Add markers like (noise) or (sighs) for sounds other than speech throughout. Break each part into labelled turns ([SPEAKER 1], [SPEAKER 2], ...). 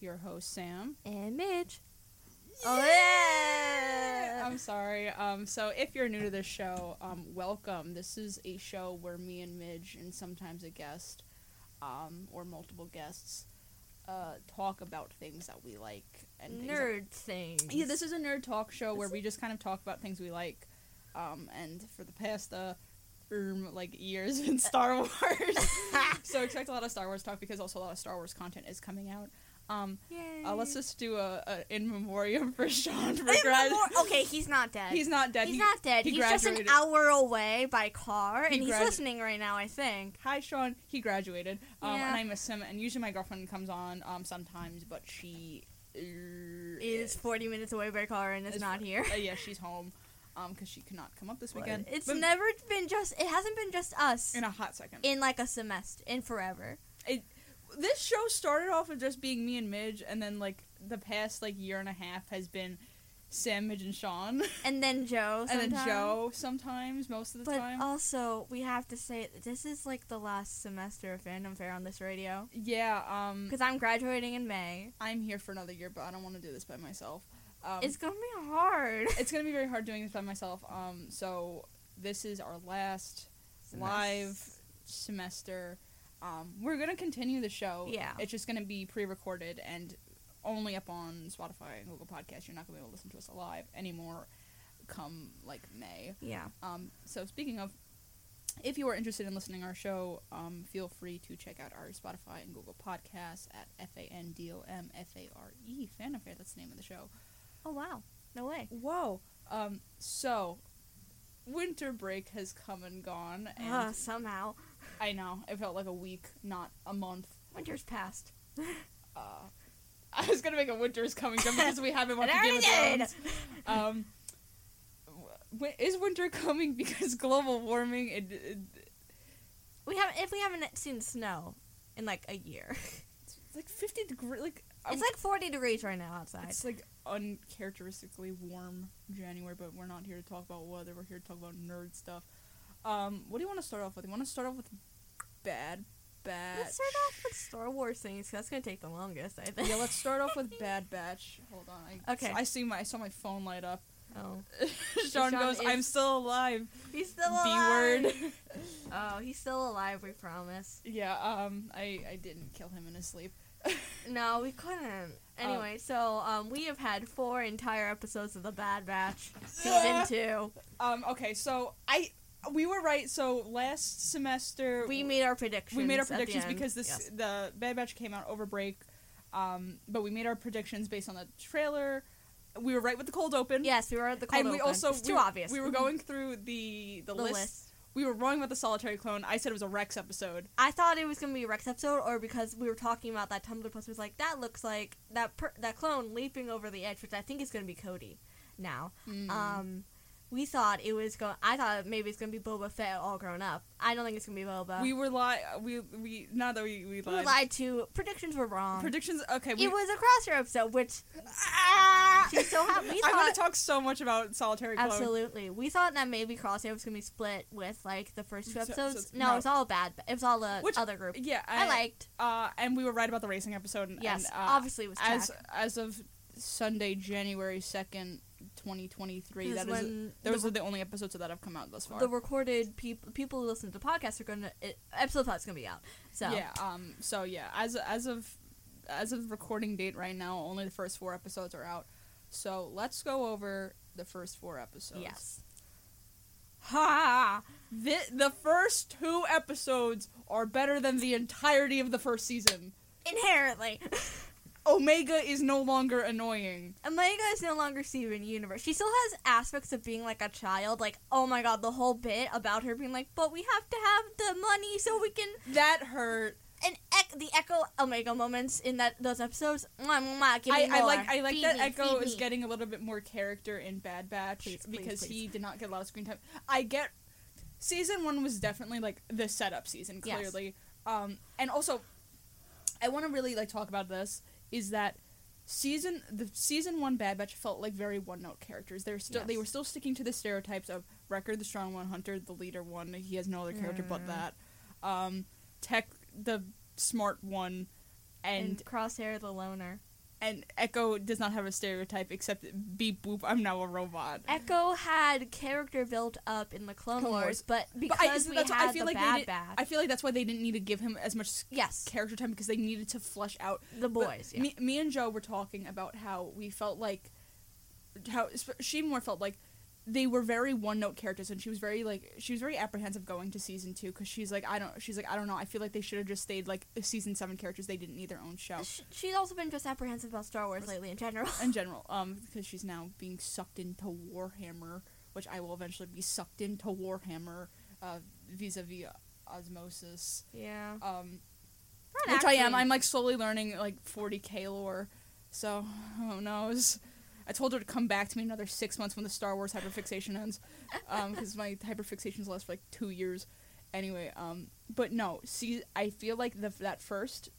[SPEAKER 1] your host Sam.
[SPEAKER 2] And Midge.
[SPEAKER 1] Oh, I'm sorry. Um, so if you're new to this show, um, welcome. This is a show where me and Midge and sometimes a guest, um, or multiple guests, uh, talk about things that we like and things that-
[SPEAKER 2] Nerd thing.
[SPEAKER 1] yeah,
[SPEAKER 2] (laughs)
[SPEAKER 1] this is a nerd talk show where we just kind of talk about things we like. Um, and for the past uh, um, like years in Star Wars,
[SPEAKER 2] (laughs)
[SPEAKER 1] so expect a lot of Star Wars talk because also a lot of Star Wars content is coming out. Um, uh, let's just do a, a in memoriam for Sean for grad.
[SPEAKER 2] okay, he's not dead.
[SPEAKER 1] He's not dead.
[SPEAKER 2] He's
[SPEAKER 1] He-
[SPEAKER 2] not dead.
[SPEAKER 1] he
[SPEAKER 2] he's just an
[SPEAKER 1] graduated.
[SPEAKER 2] hour away by car,
[SPEAKER 1] He
[SPEAKER 2] and he's
[SPEAKER 1] gradu-
[SPEAKER 2] listening right now, I think.
[SPEAKER 1] Hi, Sean. He graduated, um,
[SPEAKER 2] Yeah.
[SPEAKER 1] and I miss him. And usually my girlfriend comes on um, sometimes, but she uh,
[SPEAKER 2] (laughs) Is 40 minutes away by car and is,
[SPEAKER 1] is-
[SPEAKER 2] not here.
[SPEAKER 1] Uh, yeah, she's home because she could not come up this weekend.
[SPEAKER 2] It's
[SPEAKER 1] But
[SPEAKER 2] never been just, it hasn't been just us
[SPEAKER 1] in a hot second.
[SPEAKER 2] in like a semester, in forever.
[SPEAKER 1] this show started off with just being me and Midge, and then like the past like year and a half has been Sam, Midge, and Sean, (laughs)
[SPEAKER 2] And then Joe.
[SPEAKER 1] and then
[SPEAKER 2] sometime.
[SPEAKER 1] Joe sometimes most of the
[SPEAKER 2] But uh,
[SPEAKER 1] time.
[SPEAKER 2] also, we have to say this is like the last semester of Fandom Fair on this radio
[SPEAKER 1] yeah, um,
[SPEAKER 2] because I'm graduating in May.
[SPEAKER 1] I'm here for another year, but I don't want to do this by myself. Um,
[SPEAKER 2] It's gonna be hard. (laughs)
[SPEAKER 1] it's gonna be very hard doing this by myself. Um, so this is our last live semester. Um, we're gonna continue the show.
[SPEAKER 2] Yeah.
[SPEAKER 1] it's just gonna be pre-recorded and only up on Spotify and Google Podcasts. You're not gonna be able to listen to us live anymore. Come like May.
[SPEAKER 2] Yeah.
[SPEAKER 1] Um, so speaking of, if you are interested in listening to our show, um, feel free to check out our Spotify and Google Podcasts at F A N D O M F A R E Fan Affair. That's the name of the show.
[SPEAKER 2] Oh wow. No way.
[SPEAKER 1] Whoa. Um. So, winter break has come and gone, and
[SPEAKER 2] Ah, somehow
[SPEAKER 1] I know it felt like a week, not a month.
[SPEAKER 2] winter's passed.
[SPEAKER 1] Uh, (laughs) I was gonna make a winter's coming jump because we
[SPEAKER 2] (laughs)
[SPEAKER 1] haven't watched Game of Thrones. Um. w- Is winter (laughs) coming because global warming? It, it,
[SPEAKER 2] We haven't. If we haven't seen snow in like a (laughs) year,
[SPEAKER 1] it's like fifty degree. Like
[SPEAKER 2] it's like 40 degrees right now outside.
[SPEAKER 1] it's like uncharacteristically warm January, but we're not here to talk about weather. We're here to talk about nerd stuff. Um, what do you want to start off with? You want to start off with bad, bad.
[SPEAKER 2] Let's start off with Star Wars things. 'cause that's gonna take the longest, I think.
[SPEAKER 1] yeah, let's start off with Bad Batch. Hold on. I,
[SPEAKER 2] Okay.
[SPEAKER 1] I see my I saw my phone light (laughs) up.
[SPEAKER 2] (laughs) Oh,
[SPEAKER 1] Sean,
[SPEAKER 2] Sean
[SPEAKER 1] goes, "I'm
[SPEAKER 2] is-
[SPEAKER 1] still alive."
[SPEAKER 2] he's still
[SPEAKER 1] B
[SPEAKER 2] alive.
[SPEAKER 1] word.
[SPEAKER 2] (laughs) Oh, he's still alive. We promise.
[SPEAKER 1] yeah. Um. I I didn't kill him in his sleep.
[SPEAKER 2] No, we couldn't. Anyway, so um, we have had four entire episodes of The Bad (laughs) Batch, season
[SPEAKER 1] Yeah.
[SPEAKER 2] two.
[SPEAKER 1] Um. Okay. So I we were right. So last semester
[SPEAKER 2] We made our predictions.
[SPEAKER 1] we made our
[SPEAKER 2] at the
[SPEAKER 1] predictions
[SPEAKER 2] end.
[SPEAKER 1] because this
[SPEAKER 2] Yes.
[SPEAKER 1] the Bad Batch came out over break. Um. But we made our predictions based on the trailer. We were right with the cold open.
[SPEAKER 2] Yes, we were at the cold
[SPEAKER 1] and we
[SPEAKER 2] open.
[SPEAKER 1] also
[SPEAKER 2] it's too
[SPEAKER 1] we,
[SPEAKER 2] obvious.
[SPEAKER 1] We were going through the Mm-hmm. the,
[SPEAKER 2] (laughs) the list.
[SPEAKER 1] list We were wrong about the solitary clone. I said it was a Rex episode.
[SPEAKER 2] I thought it was gonna be a Rex episode, or because we were talking about that Tumblr post was like that looks like that per- that clone leaping over the edge, which I think is gonna be Cody. Now,
[SPEAKER 1] Mm-hmm.
[SPEAKER 2] um, we thought it was going. I thought maybe it's gonna be Boba Fett all grown up. I don't think it's gonna be Boba.
[SPEAKER 1] we were li- we we not that we we
[SPEAKER 2] We
[SPEAKER 1] lied.
[SPEAKER 2] lied to predictions were wrong.
[SPEAKER 1] Predictions. Okay, we,
[SPEAKER 2] it was a crosser episode, which ah, she's so happy. We
[SPEAKER 1] (laughs) I want
[SPEAKER 2] thought,
[SPEAKER 1] to talk so much about solitary clone.
[SPEAKER 2] absolutely. We thought that maybe crosser was gonna be split with like the first two
[SPEAKER 1] So- so
[SPEAKER 2] episodes.
[SPEAKER 1] it's-
[SPEAKER 2] no,
[SPEAKER 1] no.
[SPEAKER 2] it was all bad. It was all the
[SPEAKER 1] Which-
[SPEAKER 2] other group.
[SPEAKER 1] Yeah,
[SPEAKER 2] I, liked.
[SPEAKER 1] Uh, and we were right about the racing episode. And,
[SPEAKER 2] Yes,
[SPEAKER 1] and, uh,
[SPEAKER 2] obviously it was
[SPEAKER 1] as
[SPEAKER 2] Jack.
[SPEAKER 1] as of Sunday, January second, twenty twenty three.
[SPEAKER 2] Is
[SPEAKER 1] That is.
[SPEAKER 2] when
[SPEAKER 1] Those
[SPEAKER 2] the,
[SPEAKER 1] are the only episodes that have come out thus far.
[SPEAKER 2] the recorded people people who listen to the podcast are gonna it, episode thoughts gonna be out. So
[SPEAKER 1] Yeah. Um. So yeah, as as of as of recording date right now, only the first four episodes are out. So let's go over the first four episodes.
[SPEAKER 2] yes. Ha!
[SPEAKER 1] The, the first two episodes are better than the entirety of the first season.
[SPEAKER 2] Inherently, (laughs)
[SPEAKER 1] Omega is no longer annoying.
[SPEAKER 2] Omega is no longer Steven Universe. She still has aspects of being like a child. Like, oh my god, the whole bit about her being like, but we have to have the money so we can
[SPEAKER 1] That hurt.
[SPEAKER 2] and ec- the Echo Omega moments in that those episodes. Mwah, mwah, mwah, give me
[SPEAKER 1] I, I
[SPEAKER 2] more.
[SPEAKER 1] like I like
[SPEAKER 2] Feed
[SPEAKER 1] that
[SPEAKER 2] me,
[SPEAKER 1] Echo
[SPEAKER 2] feed
[SPEAKER 1] is
[SPEAKER 2] me.
[SPEAKER 1] getting a little bit more character in Bad Batch
[SPEAKER 2] Please, please,
[SPEAKER 1] because he
[SPEAKER 2] please.
[SPEAKER 1] did not get a lot of screen time. I get season one was definitely like the setup season
[SPEAKER 2] Yes.
[SPEAKER 1] clearly, um, and also I want to really like talk about this is that season the season one Bad Batch felt like very one note characters. They're still they
[SPEAKER 2] Yes.
[SPEAKER 1] were still sticking to the stereotypes of Wrecker, the strong one, Hunter, the leader one. He has no other character
[SPEAKER 2] Mm.
[SPEAKER 1] but that. Um, Tech, the smart one, and
[SPEAKER 2] and Crosshair the loner.
[SPEAKER 1] and Echo does not have a stereotype except beep boop. I'm now a robot.
[SPEAKER 2] Echo had character built up in the Clone,
[SPEAKER 1] Clone
[SPEAKER 2] Wars,
[SPEAKER 1] Wars.
[SPEAKER 2] but because
[SPEAKER 1] but I, so
[SPEAKER 2] we
[SPEAKER 1] that's why
[SPEAKER 2] had
[SPEAKER 1] I feel
[SPEAKER 2] the
[SPEAKER 1] like
[SPEAKER 2] bad
[SPEAKER 1] they did,
[SPEAKER 2] bad,
[SPEAKER 1] I feel like that's why they didn't need to give him as much s-
[SPEAKER 2] yes,
[SPEAKER 1] character time because they needed to flesh out
[SPEAKER 2] the
[SPEAKER 1] But
[SPEAKER 2] boys. yeah.
[SPEAKER 1] Me, me and Joe were talking about how we felt like how sp- she more felt like they were very one note characters, and she was very like she was very apprehensive going to season two because she's like I don't she's like I don't know I feel like they should have just stayed like season seven characters they didn't need their own show
[SPEAKER 2] Sh- She's also been just apprehensive about Star Wars lately in general. (laughs)
[SPEAKER 1] in general um because she's now being sucked into Warhammer which I will eventually be sucked into Warhammer uh vis a vis osmosis
[SPEAKER 2] yeah,
[SPEAKER 1] um
[SPEAKER 2] Not
[SPEAKER 1] which I am.
[SPEAKER 2] actually-
[SPEAKER 1] I'm like slowly learning like 40k lore, so who knows? I told her to come back to me another six months when the Star Wars hyperfixation ends, (laughs) because my hyperfixations last for like two years. Anyway, um, but no, see, I feel like the that first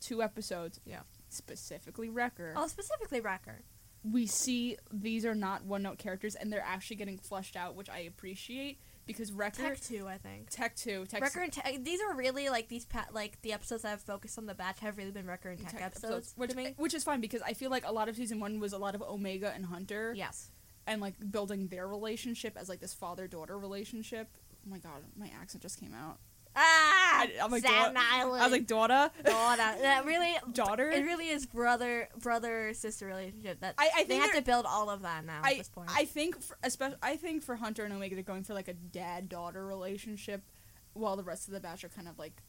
[SPEAKER 1] two episodes,
[SPEAKER 2] Yeah.
[SPEAKER 1] specifically Wrecker,
[SPEAKER 2] Oh, specifically Wrecker.
[SPEAKER 1] we see these are not one note characters and they're actually getting fleshed out, which I appreciate because Wrecker,
[SPEAKER 2] Tech
[SPEAKER 1] Tech,
[SPEAKER 2] two, I think.
[SPEAKER 1] two, Tech
[SPEAKER 2] Wrecker and Tech. These are really like these pa- like the episodes that I've focused on the batch have really been Wrecker and Tech,
[SPEAKER 1] tech
[SPEAKER 2] episodes,
[SPEAKER 1] which,
[SPEAKER 2] to me.
[SPEAKER 1] which is fine because I feel like a lot of season one was a lot of Omega and Hunter,
[SPEAKER 2] Yes.
[SPEAKER 1] and like building their relationship as like this father daughter relationship. Oh my god, my accent just came out.
[SPEAKER 2] Ah,
[SPEAKER 1] I- I'm like,
[SPEAKER 2] Staten
[SPEAKER 1] daughter-
[SPEAKER 2] Island.
[SPEAKER 1] I was like (laughs) daughter,
[SPEAKER 2] daughter. That really,
[SPEAKER 1] daughter.
[SPEAKER 2] it really is brother brother sister relationship. That
[SPEAKER 1] I, I think
[SPEAKER 2] they have
[SPEAKER 1] they're-
[SPEAKER 2] to build all of that now at
[SPEAKER 1] I,
[SPEAKER 2] this point.
[SPEAKER 1] I think for, especially I think for Hunter and Omega they're going for like a dad daughter relationship, while the rest of the batch are kind of like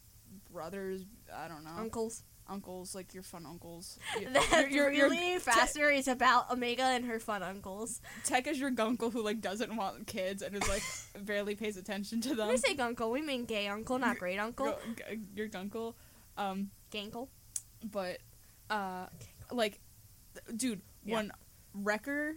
[SPEAKER 1] brothers. I don't know,
[SPEAKER 2] Uncles.
[SPEAKER 1] uncles like your fun uncles.
[SPEAKER 2] (laughs) That
[SPEAKER 1] Your- your- your-
[SPEAKER 2] really faster is about Omega and her fun uncles.
[SPEAKER 1] Tech is your gunkle who like doesn't want kids and is
[SPEAKER 2] (laughs)
[SPEAKER 1] like barely pays attention to them.
[SPEAKER 2] When we say gunkle, we mean gay uncle, not great uncle.
[SPEAKER 1] Go- g- uh, your gunkle. Um,
[SPEAKER 2] Gankle.
[SPEAKER 1] but uh, like, th- dude,
[SPEAKER 2] Yeah.
[SPEAKER 1] when Wrecker,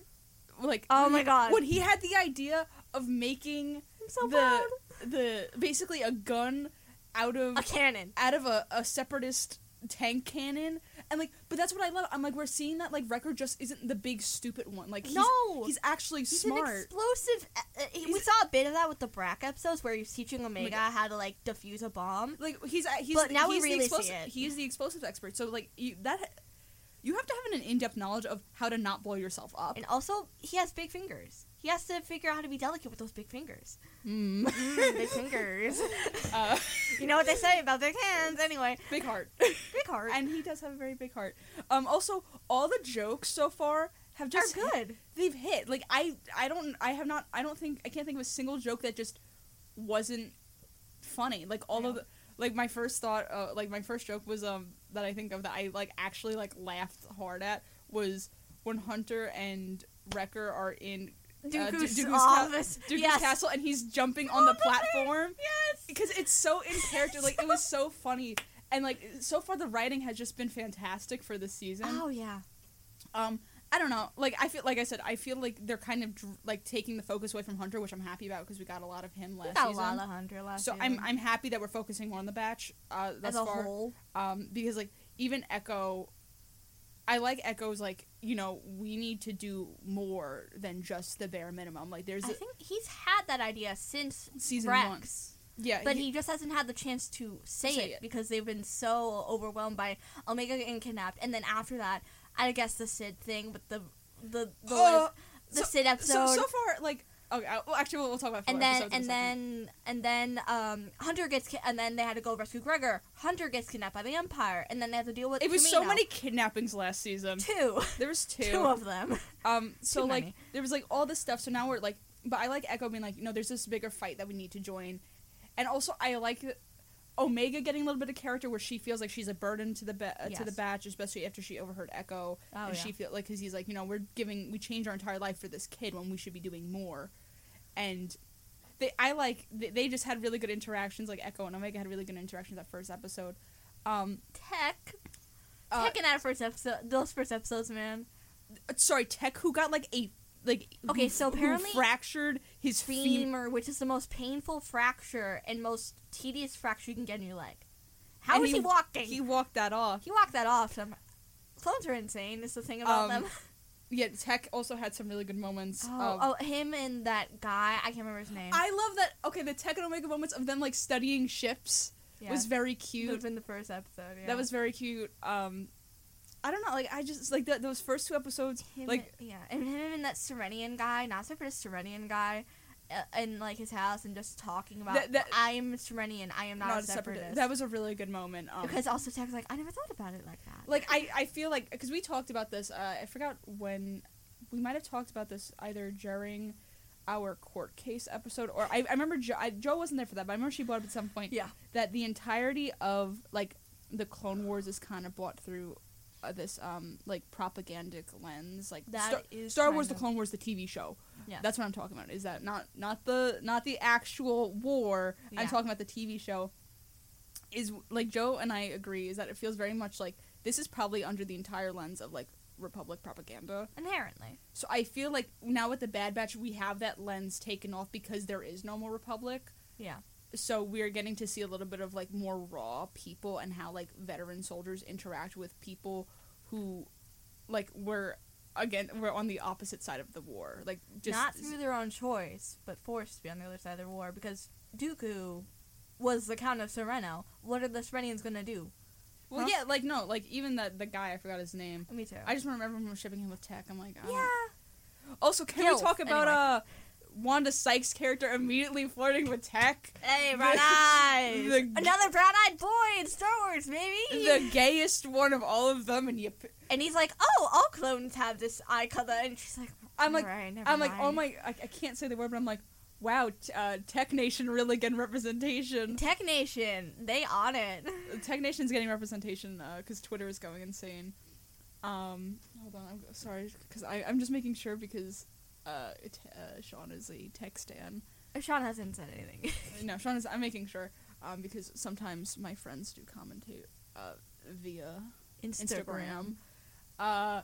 [SPEAKER 1] like,
[SPEAKER 2] Oh
[SPEAKER 1] when
[SPEAKER 2] my
[SPEAKER 1] he-
[SPEAKER 2] God.
[SPEAKER 1] when he had the idea of making
[SPEAKER 2] I'm so
[SPEAKER 1] the
[SPEAKER 2] proud.
[SPEAKER 1] the basically a gun out of
[SPEAKER 2] A cannon.
[SPEAKER 1] out of a, a separatist tank cannon and like but that's what i love i'm like we're seeing that like Wrecker just isn't the big stupid one like he's,
[SPEAKER 2] No.
[SPEAKER 1] he's actually
[SPEAKER 2] He's
[SPEAKER 1] smart
[SPEAKER 2] an explosive. Uh, uh, he- we
[SPEAKER 1] He's- Oh
[SPEAKER 2] saw a bit of that with the Brack episodes where he's teaching Omega
[SPEAKER 1] God.
[SPEAKER 2] how to like defuse a bomb.
[SPEAKER 1] like he's uh, he's
[SPEAKER 2] But now we
[SPEAKER 1] he's
[SPEAKER 2] really see
[SPEAKER 1] the explosive,
[SPEAKER 2] it.
[SPEAKER 1] he is the explosives expert. So like you, that you have to have an in-depth knowledge of how to not blow yourself up.
[SPEAKER 2] And also, he has big fingers. He has to figure out how to be delicate with those big fingers. (laughs)
[SPEAKER 1] Mm.
[SPEAKER 2] Mm, big fingers.
[SPEAKER 1] uh,
[SPEAKER 2] You know what they say about big hands. Anyway,
[SPEAKER 1] big heart.
[SPEAKER 2] big heart.
[SPEAKER 1] and he does have a very big heart. Um also all the jokes so far have
[SPEAKER 2] They're
[SPEAKER 1] just hit-
[SPEAKER 2] good.
[SPEAKER 1] they've hit. Like I I don't I have not I don't think I can't think of a single joke that just wasn't funny. Like all of
[SPEAKER 2] Yeah.
[SPEAKER 1] the like my first thought uh, like my first joke was um that I think of that I like actually like laughed hard at was when Hunter and Wrecker are in uh, Du-
[SPEAKER 2] Dooku's
[SPEAKER 1] Dooku's ca-
[SPEAKER 2] office.
[SPEAKER 1] Dooku's
[SPEAKER 2] yes. Oh
[SPEAKER 1] Castle and he's jumping on the
[SPEAKER 2] On the thing.
[SPEAKER 1] platform
[SPEAKER 2] Yes.
[SPEAKER 1] because it's so in character. Like it was so funny. And like so far the writing has just been fantastic for this season.
[SPEAKER 2] Oh yeah.
[SPEAKER 1] Um I don't know. Like I feel like I said I feel like they're kind of dr- like taking the focus away from Hunter, which I'm happy about because we got a lot of him
[SPEAKER 2] We
[SPEAKER 1] last
[SPEAKER 2] got a
[SPEAKER 1] season.
[SPEAKER 2] lot of Hunter last
[SPEAKER 1] so I'm
[SPEAKER 2] season.
[SPEAKER 1] I'm happy that we're focusing more on the batch uh thus
[SPEAKER 2] as a
[SPEAKER 1] far
[SPEAKER 2] whole.
[SPEAKER 1] um, because like even Echo, I like Echo's like you know we need to do more than just the bare minimum. Like there's
[SPEAKER 2] I
[SPEAKER 1] a,
[SPEAKER 2] think he's had that idea since
[SPEAKER 1] season one,
[SPEAKER 2] Rex,
[SPEAKER 1] yeah,
[SPEAKER 2] but he just hasn't had the chance to say,
[SPEAKER 1] Say
[SPEAKER 2] it,
[SPEAKER 1] it.
[SPEAKER 2] because they've been so overwhelmed by Omega getting kidnapped, and then after that, I guess the Sid thing with the the the,
[SPEAKER 1] Uh,
[SPEAKER 2] the
[SPEAKER 1] so-
[SPEAKER 2] Sid episode.
[SPEAKER 1] so so far like okay I- well actually we'll, we'll talk about filler
[SPEAKER 2] and then
[SPEAKER 1] episodes in a
[SPEAKER 2] and
[SPEAKER 1] second.
[SPEAKER 2] then and then um, Hunter gets ki- and then they had to go rescue Gregor. Hunter gets kidnapped by the Empire, and then they have to deal with
[SPEAKER 1] it was so
[SPEAKER 2] Kamino.
[SPEAKER 1] many (laughs) kidnappings last season.
[SPEAKER 2] two
[SPEAKER 1] There was two.
[SPEAKER 2] (laughs) two of them.
[SPEAKER 1] um, so
[SPEAKER 2] too
[SPEAKER 1] like
[SPEAKER 2] many.
[SPEAKER 1] there was like all this stuff. So now we're like, but I like Echo being like, no, there's this bigger fight that we need to join, and also I like Omega getting a little bit of character where she feels like she's a burden to the ba- uh to the
[SPEAKER 2] Yes.
[SPEAKER 1] batch, especially after she overheard Echo,
[SPEAKER 2] Oh,
[SPEAKER 1] and
[SPEAKER 2] yeah.
[SPEAKER 1] she feel like because he's like, you know, we're giving, we change our entire life for this kid when we should be doing more, and. They, I like they, they just had really good interactions like Echo and Omega had really good interactions that first episode. Um,
[SPEAKER 2] Tech,
[SPEAKER 1] uh,
[SPEAKER 2] Tech in that first episode, those first episodes, man.
[SPEAKER 1] sorry, Tech who got like a like
[SPEAKER 2] Okay,
[SPEAKER 1] who-
[SPEAKER 2] so
[SPEAKER 1] who
[SPEAKER 2] apparently-
[SPEAKER 1] fractured his femur.
[SPEAKER 2] femur, which is the most painful fracture and most tedious fracture you can get in your leg. How is
[SPEAKER 1] And
[SPEAKER 2] he, walking?
[SPEAKER 1] He
[SPEAKER 2] He,
[SPEAKER 1] walked that off.
[SPEAKER 2] walked that off. Some clones are insane. Is the thing about
[SPEAKER 1] Um, (laughs)
[SPEAKER 2] them.
[SPEAKER 1] Yeah, Tech also had some really good moments.
[SPEAKER 2] Oh,
[SPEAKER 1] um,
[SPEAKER 2] oh, him and that guy. I can't remember his name.
[SPEAKER 1] I love that. Okay, the Tech and Omega moments of them like studying ships
[SPEAKER 2] yeah.
[SPEAKER 1] was very
[SPEAKER 2] That
[SPEAKER 1] cute.
[SPEAKER 2] was in the first episode. Yeah.
[SPEAKER 1] That was very cute. Um, I don't know. Like I just like that those first two episodes.
[SPEAKER 2] Him
[SPEAKER 1] like
[SPEAKER 2] and- yeah, and him and that Serenian guy, not so for the Serenian guy, uh, in like his house and just talking about
[SPEAKER 1] That- that-
[SPEAKER 2] I am Serenian, I am not,
[SPEAKER 1] not
[SPEAKER 2] a separatist.
[SPEAKER 1] That was a really good moment. Um,
[SPEAKER 2] because also Tech was like, I never thought about it like that.
[SPEAKER 1] like I, I feel like because we talked about this uh, i forgot when we might have talked about this either during our court case episode or i, I remember jo- I, joe wasn't there for that but i remember she brought up at some point
[SPEAKER 2] Yeah.
[SPEAKER 1] that the entirety of like the clone wars is kind of brought through uh, this um like propagandic lens like
[SPEAKER 2] That
[SPEAKER 1] Star,
[SPEAKER 2] is
[SPEAKER 1] Star Wars
[SPEAKER 2] kind
[SPEAKER 1] the
[SPEAKER 2] of-
[SPEAKER 1] Clone Wars the TV show
[SPEAKER 2] Yeah.
[SPEAKER 1] that's what I'm talking about is that not not the not the actual war I'm
[SPEAKER 2] Yeah.
[SPEAKER 1] talking about the TV show is like Joe and I agree is that it feels very much like this is probably under the entire lens of like republic propaganda.
[SPEAKER 2] Inherently.
[SPEAKER 1] So I feel like now with the Bad Batch we have that lens taken off because there is no more republic.
[SPEAKER 2] Yeah.
[SPEAKER 1] So we're getting to see a little bit of like more raw people and how like veteran soldiers interact with people who like were again were on the opposite side of the war. Like just
[SPEAKER 2] not through their own choice, but forced to be on the other side of the war because Dooku was the Count of Sereno. What are the Serenians gonna do?
[SPEAKER 1] Well,
[SPEAKER 2] Huh?
[SPEAKER 1] yeah, like no, like even that the guy I forgot his name.
[SPEAKER 2] Me too.
[SPEAKER 1] I just remember him shipping him with tech. I'm like, I don't-
[SPEAKER 2] yeah.
[SPEAKER 1] (laughs) Also, can we
[SPEAKER 2] Guilt,
[SPEAKER 1] talk about
[SPEAKER 2] anyway.
[SPEAKER 1] uh Wanda Sykes' character immediately flirting with
[SPEAKER 2] (laughs)
[SPEAKER 1] tech?
[SPEAKER 2] Hey,
[SPEAKER 1] The-
[SPEAKER 2] brown
[SPEAKER 1] (laughs)
[SPEAKER 2] eyes.
[SPEAKER 1] the-
[SPEAKER 2] Another brown-eyed boy in Star Wars, baby.
[SPEAKER 1] The gayest one of all of them, and you. p-
[SPEAKER 2] and he's like, "Oh, all clones have this eye color," and she's like,
[SPEAKER 1] I'm like,
[SPEAKER 2] "Alright, never
[SPEAKER 1] I'm like, oh
[SPEAKER 2] mind."
[SPEAKER 1] my, I, I can't say the word, but I'm like, wow, t- uh, Tech Nation really getting representation.
[SPEAKER 2] Tech Nation, they on it."
[SPEAKER 1] Tech Nation's getting representation because Twitter is going insane. Um, hold on, I'm sorry, because I'm just making sure because uh, it, uh, Sean is a tech stan.
[SPEAKER 2] (laughs) Sean hasn't said anything.
[SPEAKER 1] No, Sean is. I'm making sure um, because sometimes my friends do commentate uh, via (laughs) Instagram. Uh,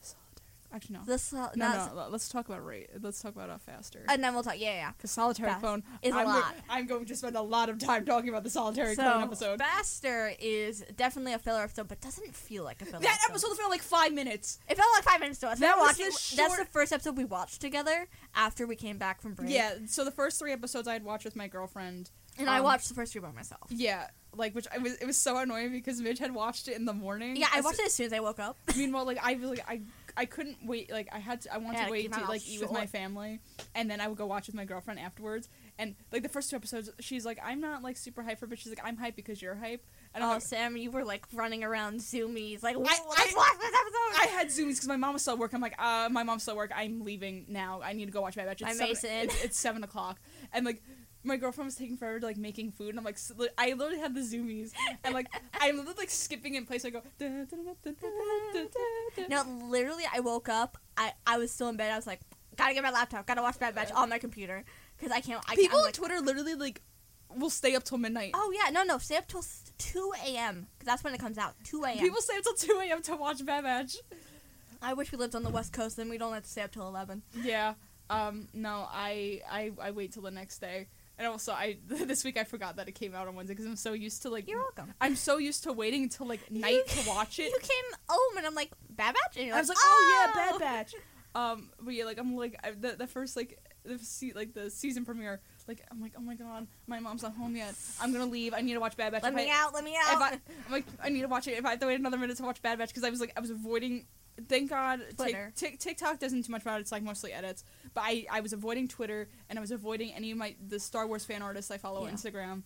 [SPEAKER 1] the solitary. Actually, no.
[SPEAKER 2] The sol-
[SPEAKER 1] no,
[SPEAKER 2] not
[SPEAKER 1] no,
[SPEAKER 2] sol-
[SPEAKER 1] le- Let's talk about rate. Let's talk about uh, faster.
[SPEAKER 2] uh, and then we'll talk. Yeah, yeah.
[SPEAKER 1] Because solitary
[SPEAKER 2] Fast
[SPEAKER 1] phone
[SPEAKER 2] is a
[SPEAKER 1] I'm go-
[SPEAKER 2] lot.
[SPEAKER 1] I'm going to spend a lot of time talking about the solitary
[SPEAKER 2] yeah.
[SPEAKER 1] phone
[SPEAKER 2] So
[SPEAKER 1] episode.
[SPEAKER 2] Faster is definitely a filler episode, but doesn't feel like a filler.
[SPEAKER 1] that episode felt like five minutes.
[SPEAKER 2] It felt like five minutes to us.
[SPEAKER 1] That
[SPEAKER 2] We
[SPEAKER 1] was
[SPEAKER 2] watched
[SPEAKER 1] the
[SPEAKER 2] it- That's
[SPEAKER 1] short-
[SPEAKER 2] the first episode we watched together after we came back from break.
[SPEAKER 1] Yeah. So the first three episodes I had watched with my girlfriend.
[SPEAKER 2] and I
[SPEAKER 1] um,
[SPEAKER 2] watched the first three by myself.
[SPEAKER 1] Yeah. Like which I was. It was so annoying because Midge had watched it in the morning.
[SPEAKER 2] Yeah, I
[SPEAKER 1] As-
[SPEAKER 2] watched it as soon as I
[SPEAKER 1] (laughs)
[SPEAKER 2] woke up.
[SPEAKER 1] Meanwhile, like I really, I, I couldn't wait. Like I had to, I wanted
[SPEAKER 2] Yeah,
[SPEAKER 1] to
[SPEAKER 2] to
[SPEAKER 1] wait
[SPEAKER 2] keep my
[SPEAKER 1] to
[SPEAKER 2] mouth
[SPEAKER 1] like eat with my
[SPEAKER 2] shut.
[SPEAKER 1] family, and then I would go watch with my girlfriend afterwards. And like the first two episodes, she's like, I'm not like super hype for, but she's like, I'm hype because you're hype. And I'm
[SPEAKER 2] Oh,
[SPEAKER 1] like,
[SPEAKER 2] Sam, you were like running around zoomies, like
[SPEAKER 1] I-
[SPEAKER 2] let's
[SPEAKER 1] I-
[SPEAKER 2] watch this
[SPEAKER 1] I
[SPEAKER 2] episode.
[SPEAKER 1] had zoomies because my mom was still at work. I'm like, uh, my mom's still at work. I'm leaving now. I need to go watch Bad Batch. It's
[SPEAKER 2] Bye,
[SPEAKER 1] seven,
[SPEAKER 2] Mason.
[SPEAKER 1] It's, it's seven o'clock, and like. My girlfriend was taking forever to like making food, and I'm like, s- li- I literally had the zoomies, and like I'm literally like skipping in place. I go, "Da, da, da, da, da, da, da, da."
[SPEAKER 2] No, literally, I woke up. I, I was still in bed. I was like, gotta get my laptop. Gotta watch Bad Batch on my computer because I can't. I,
[SPEAKER 1] people
[SPEAKER 2] I'm
[SPEAKER 1] on
[SPEAKER 2] like,
[SPEAKER 1] Twitter literally like will stay up till midnight.
[SPEAKER 2] Oh yeah, no, no. Stay up till s- two a.m. because that's when it comes out. Two a.m.
[SPEAKER 1] People stay up till two a.m. to watch Bad Batch.
[SPEAKER 2] I wish we lived on the West Coast, then we don't have to stay up till eleven.
[SPEAKER 1] Yeah. Um. No, I I I wait till the next day, and also I (laughs) this week I forgot that it came out on Wednesday because I'm so used to like
[SPEAKER 2] You're welcome.
[SPEAKER 1] I'm so used to waiting until like night to watch it.
[SPEAKER 2] You came home and I'm like Bad Batch, and (laughs) you're
[SPEAKER 1] I was like, oh, yeah, Bad Batch. Um, but yeah, like I'm like I, the the first like the se- like the season premiere. Like I'm like, oh my god, my mom's not home yet. I'm gonna leave. I need to watch Bad Batch.
[SPEAKER 2] Let
[SPEAKER 1] If
[SPEAKER 2] me
[SPEAKER 1] I-
[SPEAKER 2] out. Let me
[SPEAKER 1] if
[SPEAKER 2] out.
[SPEAKER 1] I, I'm like, I need to watch it. If I have to wait another minute to watch Bad Batch, because I was like, I was avoiding. Thank God, Tik-
[SPEAKER 2] Twitter.
[SPEAKER 1] Tik- TikTok doesn't do too much about it. It's like mostly edits. But I, I was avoiding Twitter, and I was avoiding any of my the Star Wars fan artists I follow
[SPEAKER 2] Yeah.
[SPEAKER 1] on Instagram,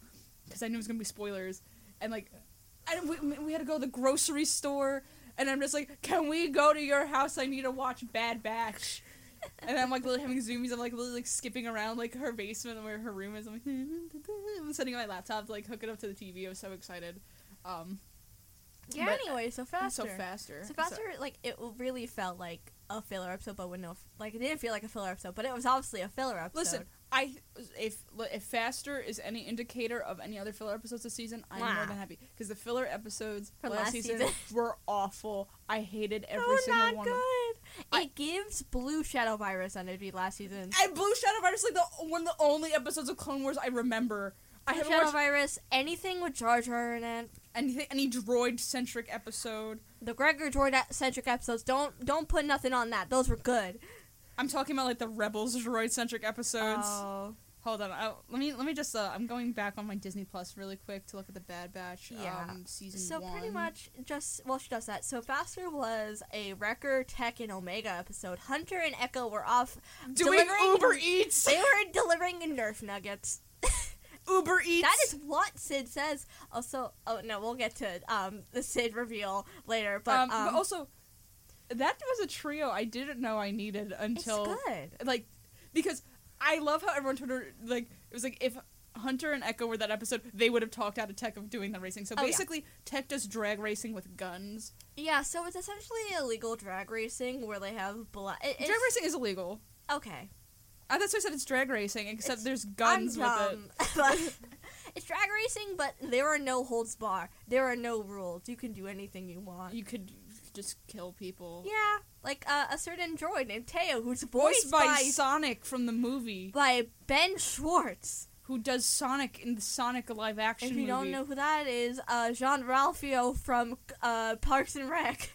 [SPEAKER 1] because I knew it was gonna be spoilers. And like, I, we, we had to go to the grocery store, and I'm just like, can we go to your house? I need to watch Bad Batch. And I'm like literally having zoomies. I'm like literally like skipping around like her basement where her room is. I'm like (laughs) I'm setting up my laptop to like hook it up to the TV. I was so excited. Um,
[SPEAKER 2] yeah.
[SPEAKER 1] but-
[SPEAKER 2] anyway, so
[SPEAKER 1] I'm
[SPEAKER 2] faster.
[SPEAKER 1] so faster.
[SPEAKER 2] So faster, like it really felt like a filler episode, but with no, like it didn't feel like a filler episode, but it was obviously a filler episode.
[SPEAKER 1] Listen, I if if faster is any indicator of any other filler episodes this season, I'm more
[SPEAKER 2] Wow.
[SPEAKER 1] than happy because the filler episodes
[SPEAKER 2] From
[SPEAKER 1] last
[SPEAKER 2] last
[SPEAKER 1] season,
[SPEAKER 2] season.
[SPEAKER 1] (laughs) were awful. I hated every
[SPEAKER 2] oh,
[SPEAKER 1] single
[SPEAKER 2] not
[SPEAKER 1] one. of
[SPEAKER 2] good.
[SPEAKER 1] I-
[SPEAKER 2] it gives blue shadow virus energy last season.
[SPEAKER 1] And Blue Shadow Virus is like the one of the only episodes of Clone Wars I remember. I
[SPEAKER 2] Blue
[SPEAKER 1] haven't
[SPEAKER 2] shadow
[SPEAKER 1] watched
[SPEAKER 2] virus, anything with Jar Jar in it.
[SPEAKER 1] anything any droid centric episode.
[SPEAKER 2] The Gregor droid centric episodes don't don't put nothing on that. Those were good.
[SPEAKER 1] I'm talking about like the Rebels droid centric episodes.
[SPEAKER 2] Oh,
[SPEAKER 1] Hold on. I, let me let me just. Uh, I'm going back on my Disney Plus really quick to look at the Bad Batch.
[SPEAKER 2] Yeah.
[SPEAKER 1] Um, season
[SPEAKER 2] So
[SPEAKER 1] one.
[SPEAKER 2] pretty much just well she does that. So Faster was a Wrecker, Tech, and Omega episode. Hunter and Echo were off
[SPEAKER 1] doing
[SPEAKER 2] delivering-
[SPEAKER 1] Uber Eats.
[SPEAKER 2] They were (laughs) delivering Nerf nuggets.
[SPEAKER 1] Uber Eats.
[SPEAKER 2] That is what Sid says. Also, oh no, we'll get to um the Sid reveal later, but um,
[SPEAKER 1] um, but also, that was a trio I didn't know I needed
[SPEAKER 2] it's
[SPEAKER 1] until
[SPEAKER 2] good.
[SPEAKER 1] like because I love how everyone turned her like it was like if Hunter and Echo were that episode, they would have talked out of Tech of doing the racing. So
[SPEAKER 2] Oh, yeah.
[SPEAKER 1] basically, Tech does drag racing with guns.
[SPEAKER 2] Yeah, so it's essentially illegal drag racing where they have blood. It,
[SPEAKER 1] drag
[SPEAKER 2] it's-
[SPEAKER 1] racing is illegal.
[SPEAKER 2] Okay,
[SPEAKER 1] Uh, that's why I said it's drag racing, except
[SPEAKER 2] It's-
[SPEAKER 1] there's guns
[SPEAKER 2] I'm
[SPEAKER 1] with it.
[SPEAKER 2] dumb. but (laughs) it's drag racing, but there are no holds bar. There are no rules. You can do anything you want.
[SPEAKER 1] You could just kill people.
[SPEAKER 2] yeah, like uh, a certain droid named Teo, who's
[SPEAKER 1] Voiced by,
[SPEAKER 2] by
[SPEAKER 1] Sonic from the movie,
[SPEAKER 2] by Ben Schwartz.
[SPEAKER 1] who does Sonic in the Sonic live action
[SPEAKER 2] If you
[SPEAKER 1] movie.
[SPEAKER 2] don't know who that is, uh, Jean Ralphio from uh, Parks and Rec.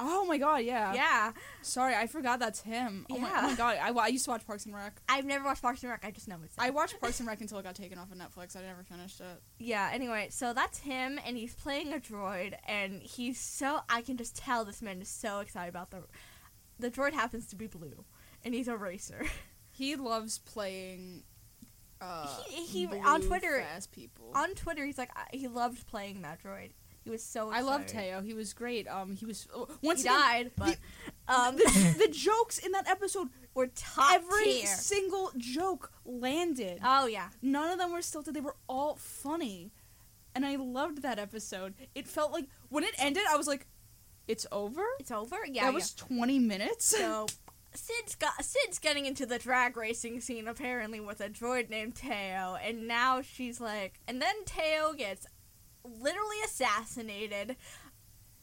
[SPEAKER 1] Oh my god, yeah.
[SPEAKER 2] yeah,
[SPEAKER 1] Sorry, I forgot that's him. Oh, my, oh
[SPEAKER 2] Yeah.
[SPEAKER 1] my god, I, wa- I used to watch Parks and Rec.
[SPEAKER 2] I've never watched Parks and Rec. I just know it's.
[SPEAKER 1] I
[SPEAKER 2] (laughs)
[SPEAKER 1] watched Parks and Rec until it got taken off of Netflix. I never finished it.
[SPEAKER 2] yeah. Anyway, so that's him, and he's playing a droid, and he's so. I can just tell this man is so excited about the. The droid happens to be blue, and he's a racer. (laughs)
[SPEAKER 1] He loves playing. Uh,
[SPEAKER 2] He- he- on
[SPEAKER 1] blue
[SPEAKER 2] Twitter-
[SPEAKER 1] fast people.
[SPEAKER 2] On Twitter, he's like I, he loved playing that droid. He was so.
[SPEAKER 1] I
[SPEAKER 2] Excited.
[SPEAKER 1] love Teo. He was great. Um, he was oh, once
[SPEAKER 2] He
[SPEAKER 1] again,
[SPEAKER 2] died, but
[SPEAKER 1] (laughs)
[SPEAKER 2] um,
[SPEAKER 1] the, the jokes in that episode,
[SPEAKER 2] we're top
[SPEAKER 1] every
[SPEAKER 2] tier.
[SPEAKER 1] single joke landed.
[SPEAKER 2] Oh yeah,
[SPEAKER 1] None of them were stilted. They were all funny. And I loved that episode. It felt like when it ended, I was like, it's over?
[SPEAKER 2] it's over. Yeah,
[SPEAKER 1] that was 20 minutes? (laughs)
[SPEAKER 2] yeah. so. Sid's got Sid's getting into the drag racing scene apparently with a droid named Teo, and now she's like, and then Teo gets literally assassinated.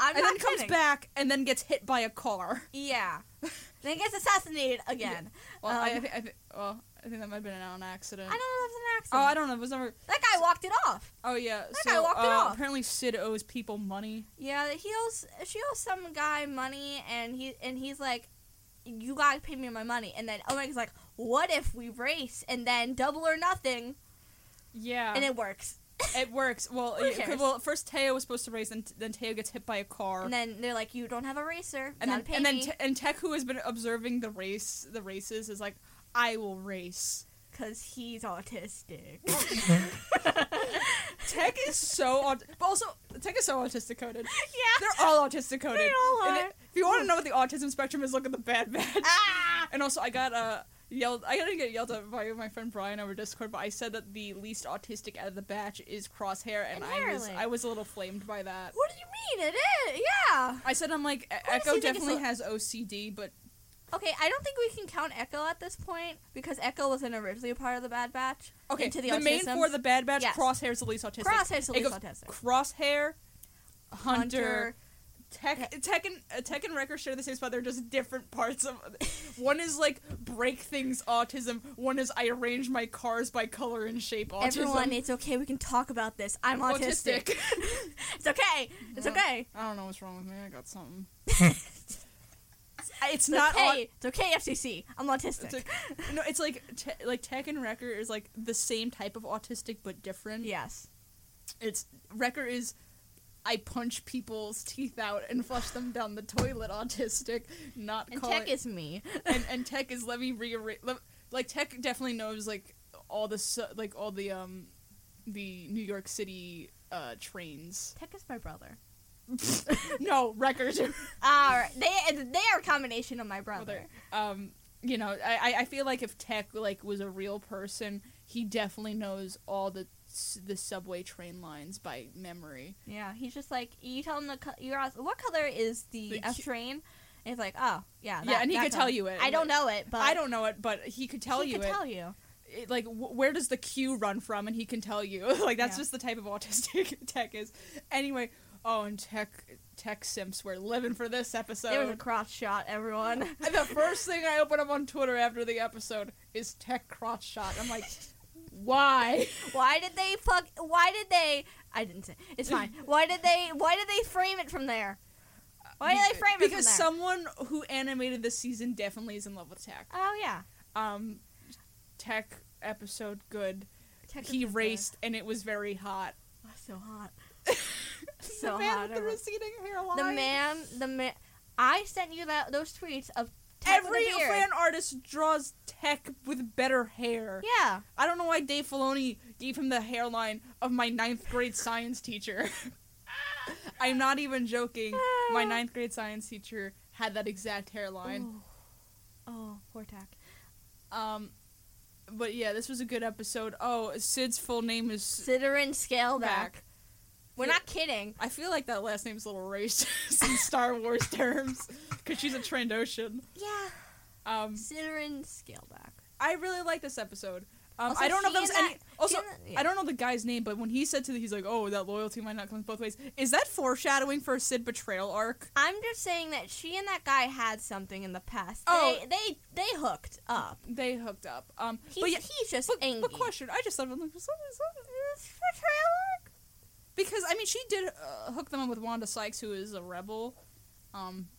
[SPEAKER 2] I'm
[SPEAKER 1] and
[SPEAKER 2] not
[SPEAKER 1] then comes
[SPEAKER 2] kidding.
[SPEAKER 1] back and then gets hit by a car.
[SPEAKER 2] Yeah, (laughs) then gets assassinated again.
[SPEAKER 1] Well, I, I,
[SPEAKER 2] Um,
[SPEAKER 1] thi- I, thi- well I think that might have been an accident.
[SPEAKER 2] I don't know if it's an
[SPEAKER 1] oh,
[SPEAKER 2] accident.
[SPEAKER 1] I don't know. It was never.
[SPEAKER 2] that guy walked it off.
[SPEAKER 1] Oh, yeah.
[SPEAKER 2] guy
[SPEAKER 1] so
[SPEAKER 2] walked it
[SPEAKER 1] uh,
[SPEAKER 2] off.
[SPEAKER 1] apparently Sid owes people money.
[SPEAKER 2] Yeah, he owes she owes some guy money, and he and he's like, "You gotta pay me my money." And then Omega's like, "What if we race and then double or nothing?"
[SPEAKER 1] Yeah.
[SPEAKER 2] And it works.
[SPEAKER 1] it works. Well,
[SPEAKER 2] Who
[SPEAKER 1] it- 'cause-
[SPEAKER 2] cares?
[SPEAKER 1] well, first Teo was supposed to race, then, then Teo gets hit by a car.
[SPEAKER 2] And then they're like, "You don't have a racer."
[SPEAKER 1] and then
[SPEAKER 2] gotta pay
[SPEAKER 1] and then
[SPEAKER 2] me."
[SPEAKER 1] te- and Tech, who has been observing the race, the races, is like, I will race.
[SPEAKER 2] because he's autistic.
[SPEAKER 1] Tech is so (laughs) aut- but also Tech is so autistic coded.
[SPEAKER 2] (laughs) yeah.
[SPEAKER 1] They're all autistic coded.
[SPEAKER 2] They all
[SPEAKER 1] And
[SPEAKER 2] are.
[SPEAKER 1] it- if you want to know what the autism spectrum is, look at the Bad Batch.
[SPEAKER 2] Ah!
[SPEAKER 1] And also, I got uh, yelled. I gotta get yelled at by my friend Brian over Discord, but I said that the least autistic out of the batch is Crosshair, and I was
[SPEAKER 2] Inherently.
[SPEAKER 1] I was a little flamed by that.
[SPEAKER 2] What do you mean? It is. Yeah.
[SPEAKER 1] I said I'm like E-
[SPEAKER 2] Who does he
[SPEAKER 1] Echo
[SPEAKER 2] think is
[SPEAKER 1] definitely
[SPEAKER 2] a-
[SPEAKER 1] has OCD, but
[SPEAKER 2] Okay, I don't think we can count Echo at this point because Echo wasn't originally a part of the Bad Batch.
[SPEAKER 1] okay.
[SPEAKER 2] Into the
[SPEAKER 1] the main
[SPEAKER 2] autisms?
[SPEAKER 1] four, of the Bad Batch,
[SPEAKER 2] Yes.
[SPEAKER 1] Crosshair's the least autistic.
[SPEAKER 2] Crosshair's the
[SPEAKER 1] It goes
[SPEAKER 2] least autistic.
[SPEAKER 1] Crosshair, Hunter, Tech, Tech and uh, Tech and Wrecker share the same spot. They're just different parts of. One is like break things autism. One is I arrange my cars by color and shape autism.
[SPEAKER 2] Everyone, it's okay. We can talk about this. I'm autistic. It's okay. It's
[SPEAKER 1] Yeah. (laughs)
[SPEAKER 2] okay.
[SPEAKER 1] I don't know what's wrong with me. I got something. it's
[SPEAKER 2] It's
[SPEAKER 1] not
[SPEAKER 2] okay. It's okay, FCC. I'm autistic.
[SPEAKER 1] It's au- no, it's like te- like Tech and Wrecker is like the same type of autistic but different.
[SPEAKER 2] yes.
[SPEAKER 1] It's Wrecker is I punch people's teeth out and flush them down the toilet autistic, not
[SPEAKER 2] And
[SPEAKER 1] call
[SPEAKER 2] tech
[SPEAKER 1] it-
[SPEAKER 2] is me.
[SPEAKER 1] (laughs) and and Tech is let me rearrange. Let, like Tech definitely knows like all the su- like all the um the New York City uh trains.
[SPEAKER 2] (laughs)
[SPEAKER 1] (laughs)
[SPEAKER 2] Tech is my brother.
[SPEAKER 1] no, Wrecker.
[SPEAKER 2] Are they? They are a combination of my brother.
[SPEAKER 1] brother. Um, you know, I, I- I feel like if Tech like was a real person, he definitely knows all the s- the subway train lines by memory.
[SPEAKER 2] Yeah. He's just like you tell him the co- you're aus- what color is the,
[SPEAKER 1] The
[SPEAKER 2] F
[SPEAKER 1] cu-
[SPEAKER 2] train? And he's like, oh yeah.
[SPEAKER 1] Yeah,
[SPEAKER 2] that-
[SPEAKER 1] and he
[SPEAKER 2] that
[SPEAKER 1] could
[SPEAKER 2] color.
[SPEAKER 1] tell you it,
[SPEAKER 2] I don't know it, but
[SPEAKER 1] I don't know it, but he could tell
[SPEAKER 2] he
[SPEAKER 1] you
[SPEAKER 2] could
[SPEAKER 1] it.
[SPEAKER 2] tell you.
[SPEAKER 1] It- Like, wh- where does the Q run from? And he can tell you. (laughs) like, that's
[SPEAKER 2] Yeah.
[SPEAKER 1] just the type of autistic (laughs) Tech is. Anyway, oh, and Tech Tech Simps were living for this episode.
[SPEAKER 2] There was a crotch shot, everyone.
[SPEAKER 1] (laughs)
[SPEAKER 2] (laughs)
[SPEAKER 1] And the first thing I open up on Twitter after the episode is Tech crotch shot. I'm
[SPEAKER 2] (laughs)
[SPEAKER 1] like, why?
[SPEAKER 2] why did they fuck? Why did they? I didn't say. It's
[SPEAKER 1] (laughs)
[SPEAKER 2] fine. Why did they? Why did they frame it from there? Why did they frame it
[SPEAKER 1] because
[SPEAKER 2] from there?
[SPEAKER 1] someone who animated this season definitely is in love with Tech.
[SPEAKER 2] oh yeah.
[SPEAKER 1] Um, Tech episode good.
[SPEAKER 2] Technically,
[SPEAKER 1] He raced and it was very hot.
[SPEAKER 2] Oh, so hot. (laughs) so
[SPEAKER 1] the man
[SPEAKER 2] hot.
[SPEAKER 1] with the
[SPEAKER 2] over-
[SPEAKER 1] receding hairline.
[SPEAKER 2] The man, the man. I sent you that those tweets of Ted with a
[SPEAKER 1] Every
[SPEAKER 2] beard.
[SPEAKER 1] fan artist draws Tech with better hair.
[SPEAKER 2] Yeah,
[SPEAKER 1] I don't know why Dave Filoni gave him the hairline of my ninth grade science teacher. (laughs) I'm not even joking.
[SPEAKER 2] (laughs)
[SPEAKER 1] My ninth grade science teacher had that exact hairline.
[SPEAKER 2] Ooh. Oh, poor Tack.
[SPEAKER 1] Um, but yeah, this was a good episode. Oh, Sid's full name is
[SPEAKER 2] Sidorin Scaleback.
[SPEAKER 1] Back.
[SPEAKER 2] We're not kidding.
[SPEAKER 1] I feel like that last name's a little racist in Star Wars
[SPEAKER 2] (laughs)
[SPEAKER 1] terms because she's a Trandoshan.
[SPEAKER 2] Yeah,
[SPEAKER 1] Um,
[SPEAKER 2] Sidorin Scaleback.
[SPEAKER 1] I really like this episode. Um,
[SPEAKER 2] Also,
[SPEAKER 1] I don't know if
[SPEAKER 2] she
[SPEAKER 1] that was
[SPEAKER 2] and
[SPEAKER 1] any. Also,
[SPEAKER 2] she and that- yeah.
[SPEAKER 1] I don't know the guy's name, but when he said to the, he's like, "Oh, that loyalty might not come both ways." Is that foreshadowing for a Sid betrayal arc?
[SPEAKER 2] I'm just saying that she and that guy had something in the past.
[SPEAKER 1] Oh.
[SPEAKER 2] They they, they hooked up.
[SPEAKER 1] They hooked up. Um,
[SPEAKER 2] He's,
[SPEAKER 1] but yeah,
[SPEAKER 2] he's just
[SPEAKER 1] but,
[SPEAKER 2] angry.
[SPEAKER 1] but question. I just thought I'm like, "Is that- is that- is that
[SPEAKER 2] Trailer?
[SPEAKER 1] because I mean, she did uh, hook them up with Wanda Sykes, who is a rebel. Um,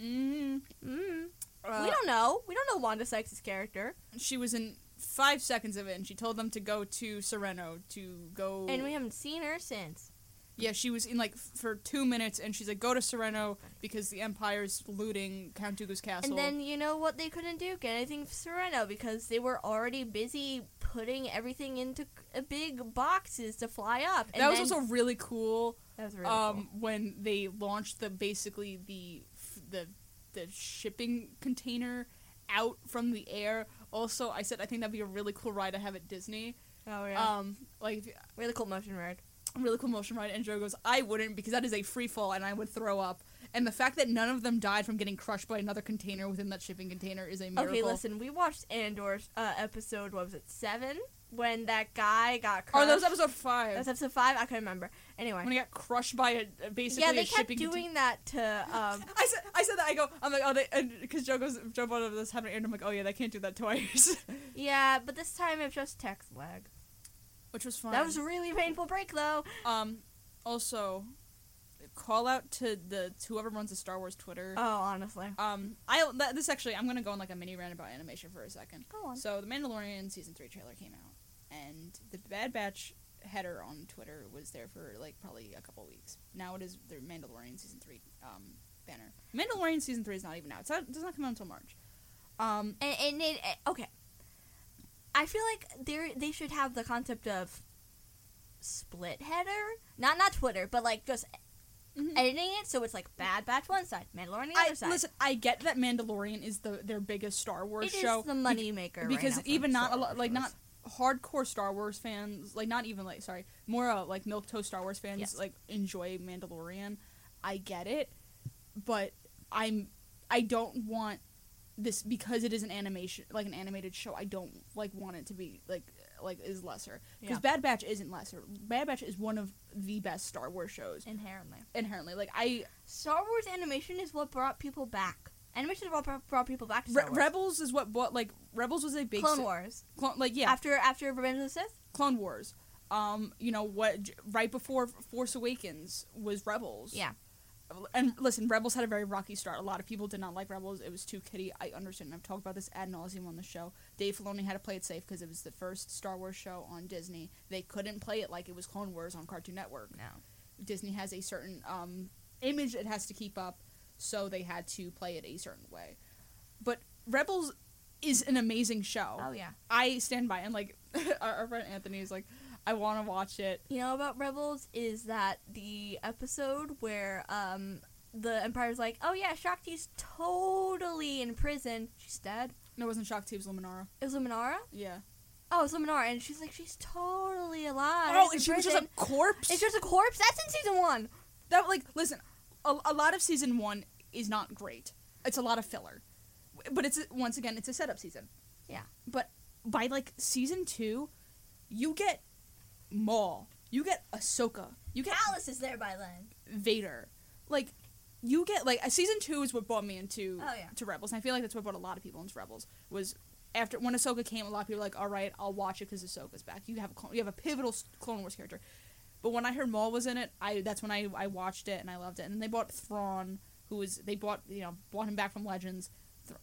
[SPEAKER 1] mm,
[SPEAKER 2] Mm.
[SPEAKER 1] uh,
[SPEAKER 2] we don't know. We don't know Wanda Sykes' character,
[SPEAKER 1] She was in five seconds of it, and she told them to go to Sereno to go.
[SPEAKER 2] and we haven't seen her since.
[SPEAKER 1] Yeah, she was in like f- for two minutes, and she's like, "Go to Sereno because the Empire's looting Count Dooku's castle."
[SPEAKER 2] And then you know what they couldn't do? Get anything for Sereno because they were already busy putting everything into c- uh, big boxes to fly up. And
[SPEAKER 1] that was
[SPEAKER 2] then-
[SPEAKER 1] also really cool.
[SPEAKER 2] that was really
[SPEAKER 1] um, when they launched the basically the f- the the shipping container out from the air. Also, I said I think that'd be a really cool ride to have at Disney.
[SPEAKER 2] cool. Oh yeah,
[SPEAKER 1] Um, like
[SPEAKER 2] really cool motion ride.
[SPEAKER 1] a really cool motion ride. And Joe goes, "I wouldn't because that is a free fall, and I would throw up." And the fact that none of them died from getting crushed by another container within that shipping container is a miracle.
[SPEAKER 2] Okay, listen, we watched Andor's uh, episode. What was it? Seven when that guy got crushed.
[SPEAKER 1] Oh, that was episode five.
[SPEAKER 2] That's episode five. I couldn't remember. Anyway,
[SPEAKER 1] when he got crushed by a- a basically
[SPEAKER 2] yeah, they
[SPEAKER 1] a
[SPEAKER 2] kept
[SPEAKER 1] shipping
[SPEAKER 2] doing
[SPEAKER 1] container.
[SPEAKER 2] that to. Um,
[SPEAKER 1] (laughs) I said, I said that I go. I'm like, oh, they because Joe goes, Joe brought up this happening, and I'm like, oh yeah, they can't do that twice, (laughs)
[SPEAKER 2] yeah, but this time it was just text lag.
[SPEAKER 1] which was fun.
[SPEAKER 2] That was a really painful break though.
[SPEAKER 1] um, also, call out to the to whoever runs the Star Wars Twitter.
[SPEAKER 2] Oh, honestly.
[SPEAKER 1] um, I that, this actually, I'm gonna go on like a mini rant about animation for a second.
[SPEAKER 2] Go on.
[SPEAKER 1] So the Mandalorian season three trailer came out, and the Bad Batch header on Twitter was there for like probably a couple weeks. Now it is the Mandalorian season three um, banner. Mandalorian season three is not even out. It's not, it does not come out until March. Um,
[SPEAKER 2] and, and it, eh, okay i feel like they they should have the concept of split header not not twitter but like just
[SPEAKER 1] Mhm.
[SPEAKER 2] editing it so it's like bad batch one side mandalorian the
[SPEAKER 1] I,
[SPEAKER 2] other side
[SPEAKER 1] Listen, I get that Mandalorian is the their biggest Star Wars
[SPEAKER 2] it is
[SPEAKER 1] show
[SPEAKER 2] the money maker
[SPEAKER 1] because even not a lot like not hardcore Star Wars fans like not even like sorry more uh, like milk toast Star Wars fans
[SPEAKER 2] Yes.
[SPEAKER 1] like enjoy Mandalorian. I get it, but I'm I don't want this because it is an animation like an animated show. I don't like want it to be like like is lesser because
[SPEAKER 2] Yeah.
[SPEAKER 1] Bad Batch isn't lesser. Bad Batch is one of the best Star Wars shows
[SPEAKER 2] inherently
[SPEAKER 1] inherently. Like I
[SPEAKER 2] star wars animation is what brought people back animation is what brought, brought people back to
[SPEAKER 1] Re-
[SPEAKER 2] star wars.
[SPEAKER 1] Rebels is what bought like Rebels was a big
[SPEAKER 2] clone
[SPEAKER 1] su-
[SPEAKER 2] wars
[SPEAKER 1] clone like yeah
[SPEAKER 2] after after revenge of the sith
[SPEAKER 1] Clone Wars. Um, you know what? j- Right before Force Awakens was Rebels.
[SPEAKER 2] yeah
[SPEAKER 1] And listen, Rebels had a very rocky start. A lot of people did not like Rebels. It was too kiddie. I understand. and I've talked about this ad nauseum on the show. Dave Filoni had to play it safe because it was the first Star Wars show on Disney. They couldn't play it like it was Clone Wars on Cartoon Network.
[SPEAKER 2] no
[SPEAKER 1] Disney has a certain um, image it has to keep up, so they had to play it a certain way. But Rebels is an amazing show.
[SPEAKER 2] oh yeah
[SPEAKER 1] I stand by and like (laughs) our, our friend Anthony is like, I want to watch it.
[SPEAKER 2] you know about Rebels is that the episode where um the Empire's like, oh yeah, Shakti's totally in prison. She's dead.
[SPEAKER 1] No, it wasn't Shock Tubes Luminara.
[SPEAKER 2] It was Luminara.
[SPEAKER 1] Yeah.
[SPEAKER 2] Oh, it's Luminara, and she's like, she's totally alive.
[SPEAKER 1] oh,
[SPEAKER 2] in
[SPEAKER 1] and she was just a
[SPEAKER 2] prison.
[SPEAKER 1] corpse.
[SPEAKER 2] It's just a corpse. That's in season one.
[SPEAKER 1] that like listen, a, a lot of season one is not great. It's a lot of filler, but it's once again it's a setup season.
[SPEAKER 2] Yeah.
[SPEAKER 1] But by like season two, you get Maul, you get Ahsoka, you get
[SPEAKER 2] Alice is there by then.
[SPEAKER 1] Vader. Like you get like uh, season two is what brought me into
[SPEAKER 2] Oh, yeah.
[SPEAKER 1] to Rebels, and I feel like that's what brought a lot of people into Rebels was after when Ahsoka came, a lot of people were like, all right, I'll watch it because Ahsoka's back. You have a clone, you have a pivotal s- Clone Wars character. But when I heard Maul was in it, I that's when I, I watched it and I loved it. And then they bought Thrawn, who was they bought you know bought him back from Legends. Thra-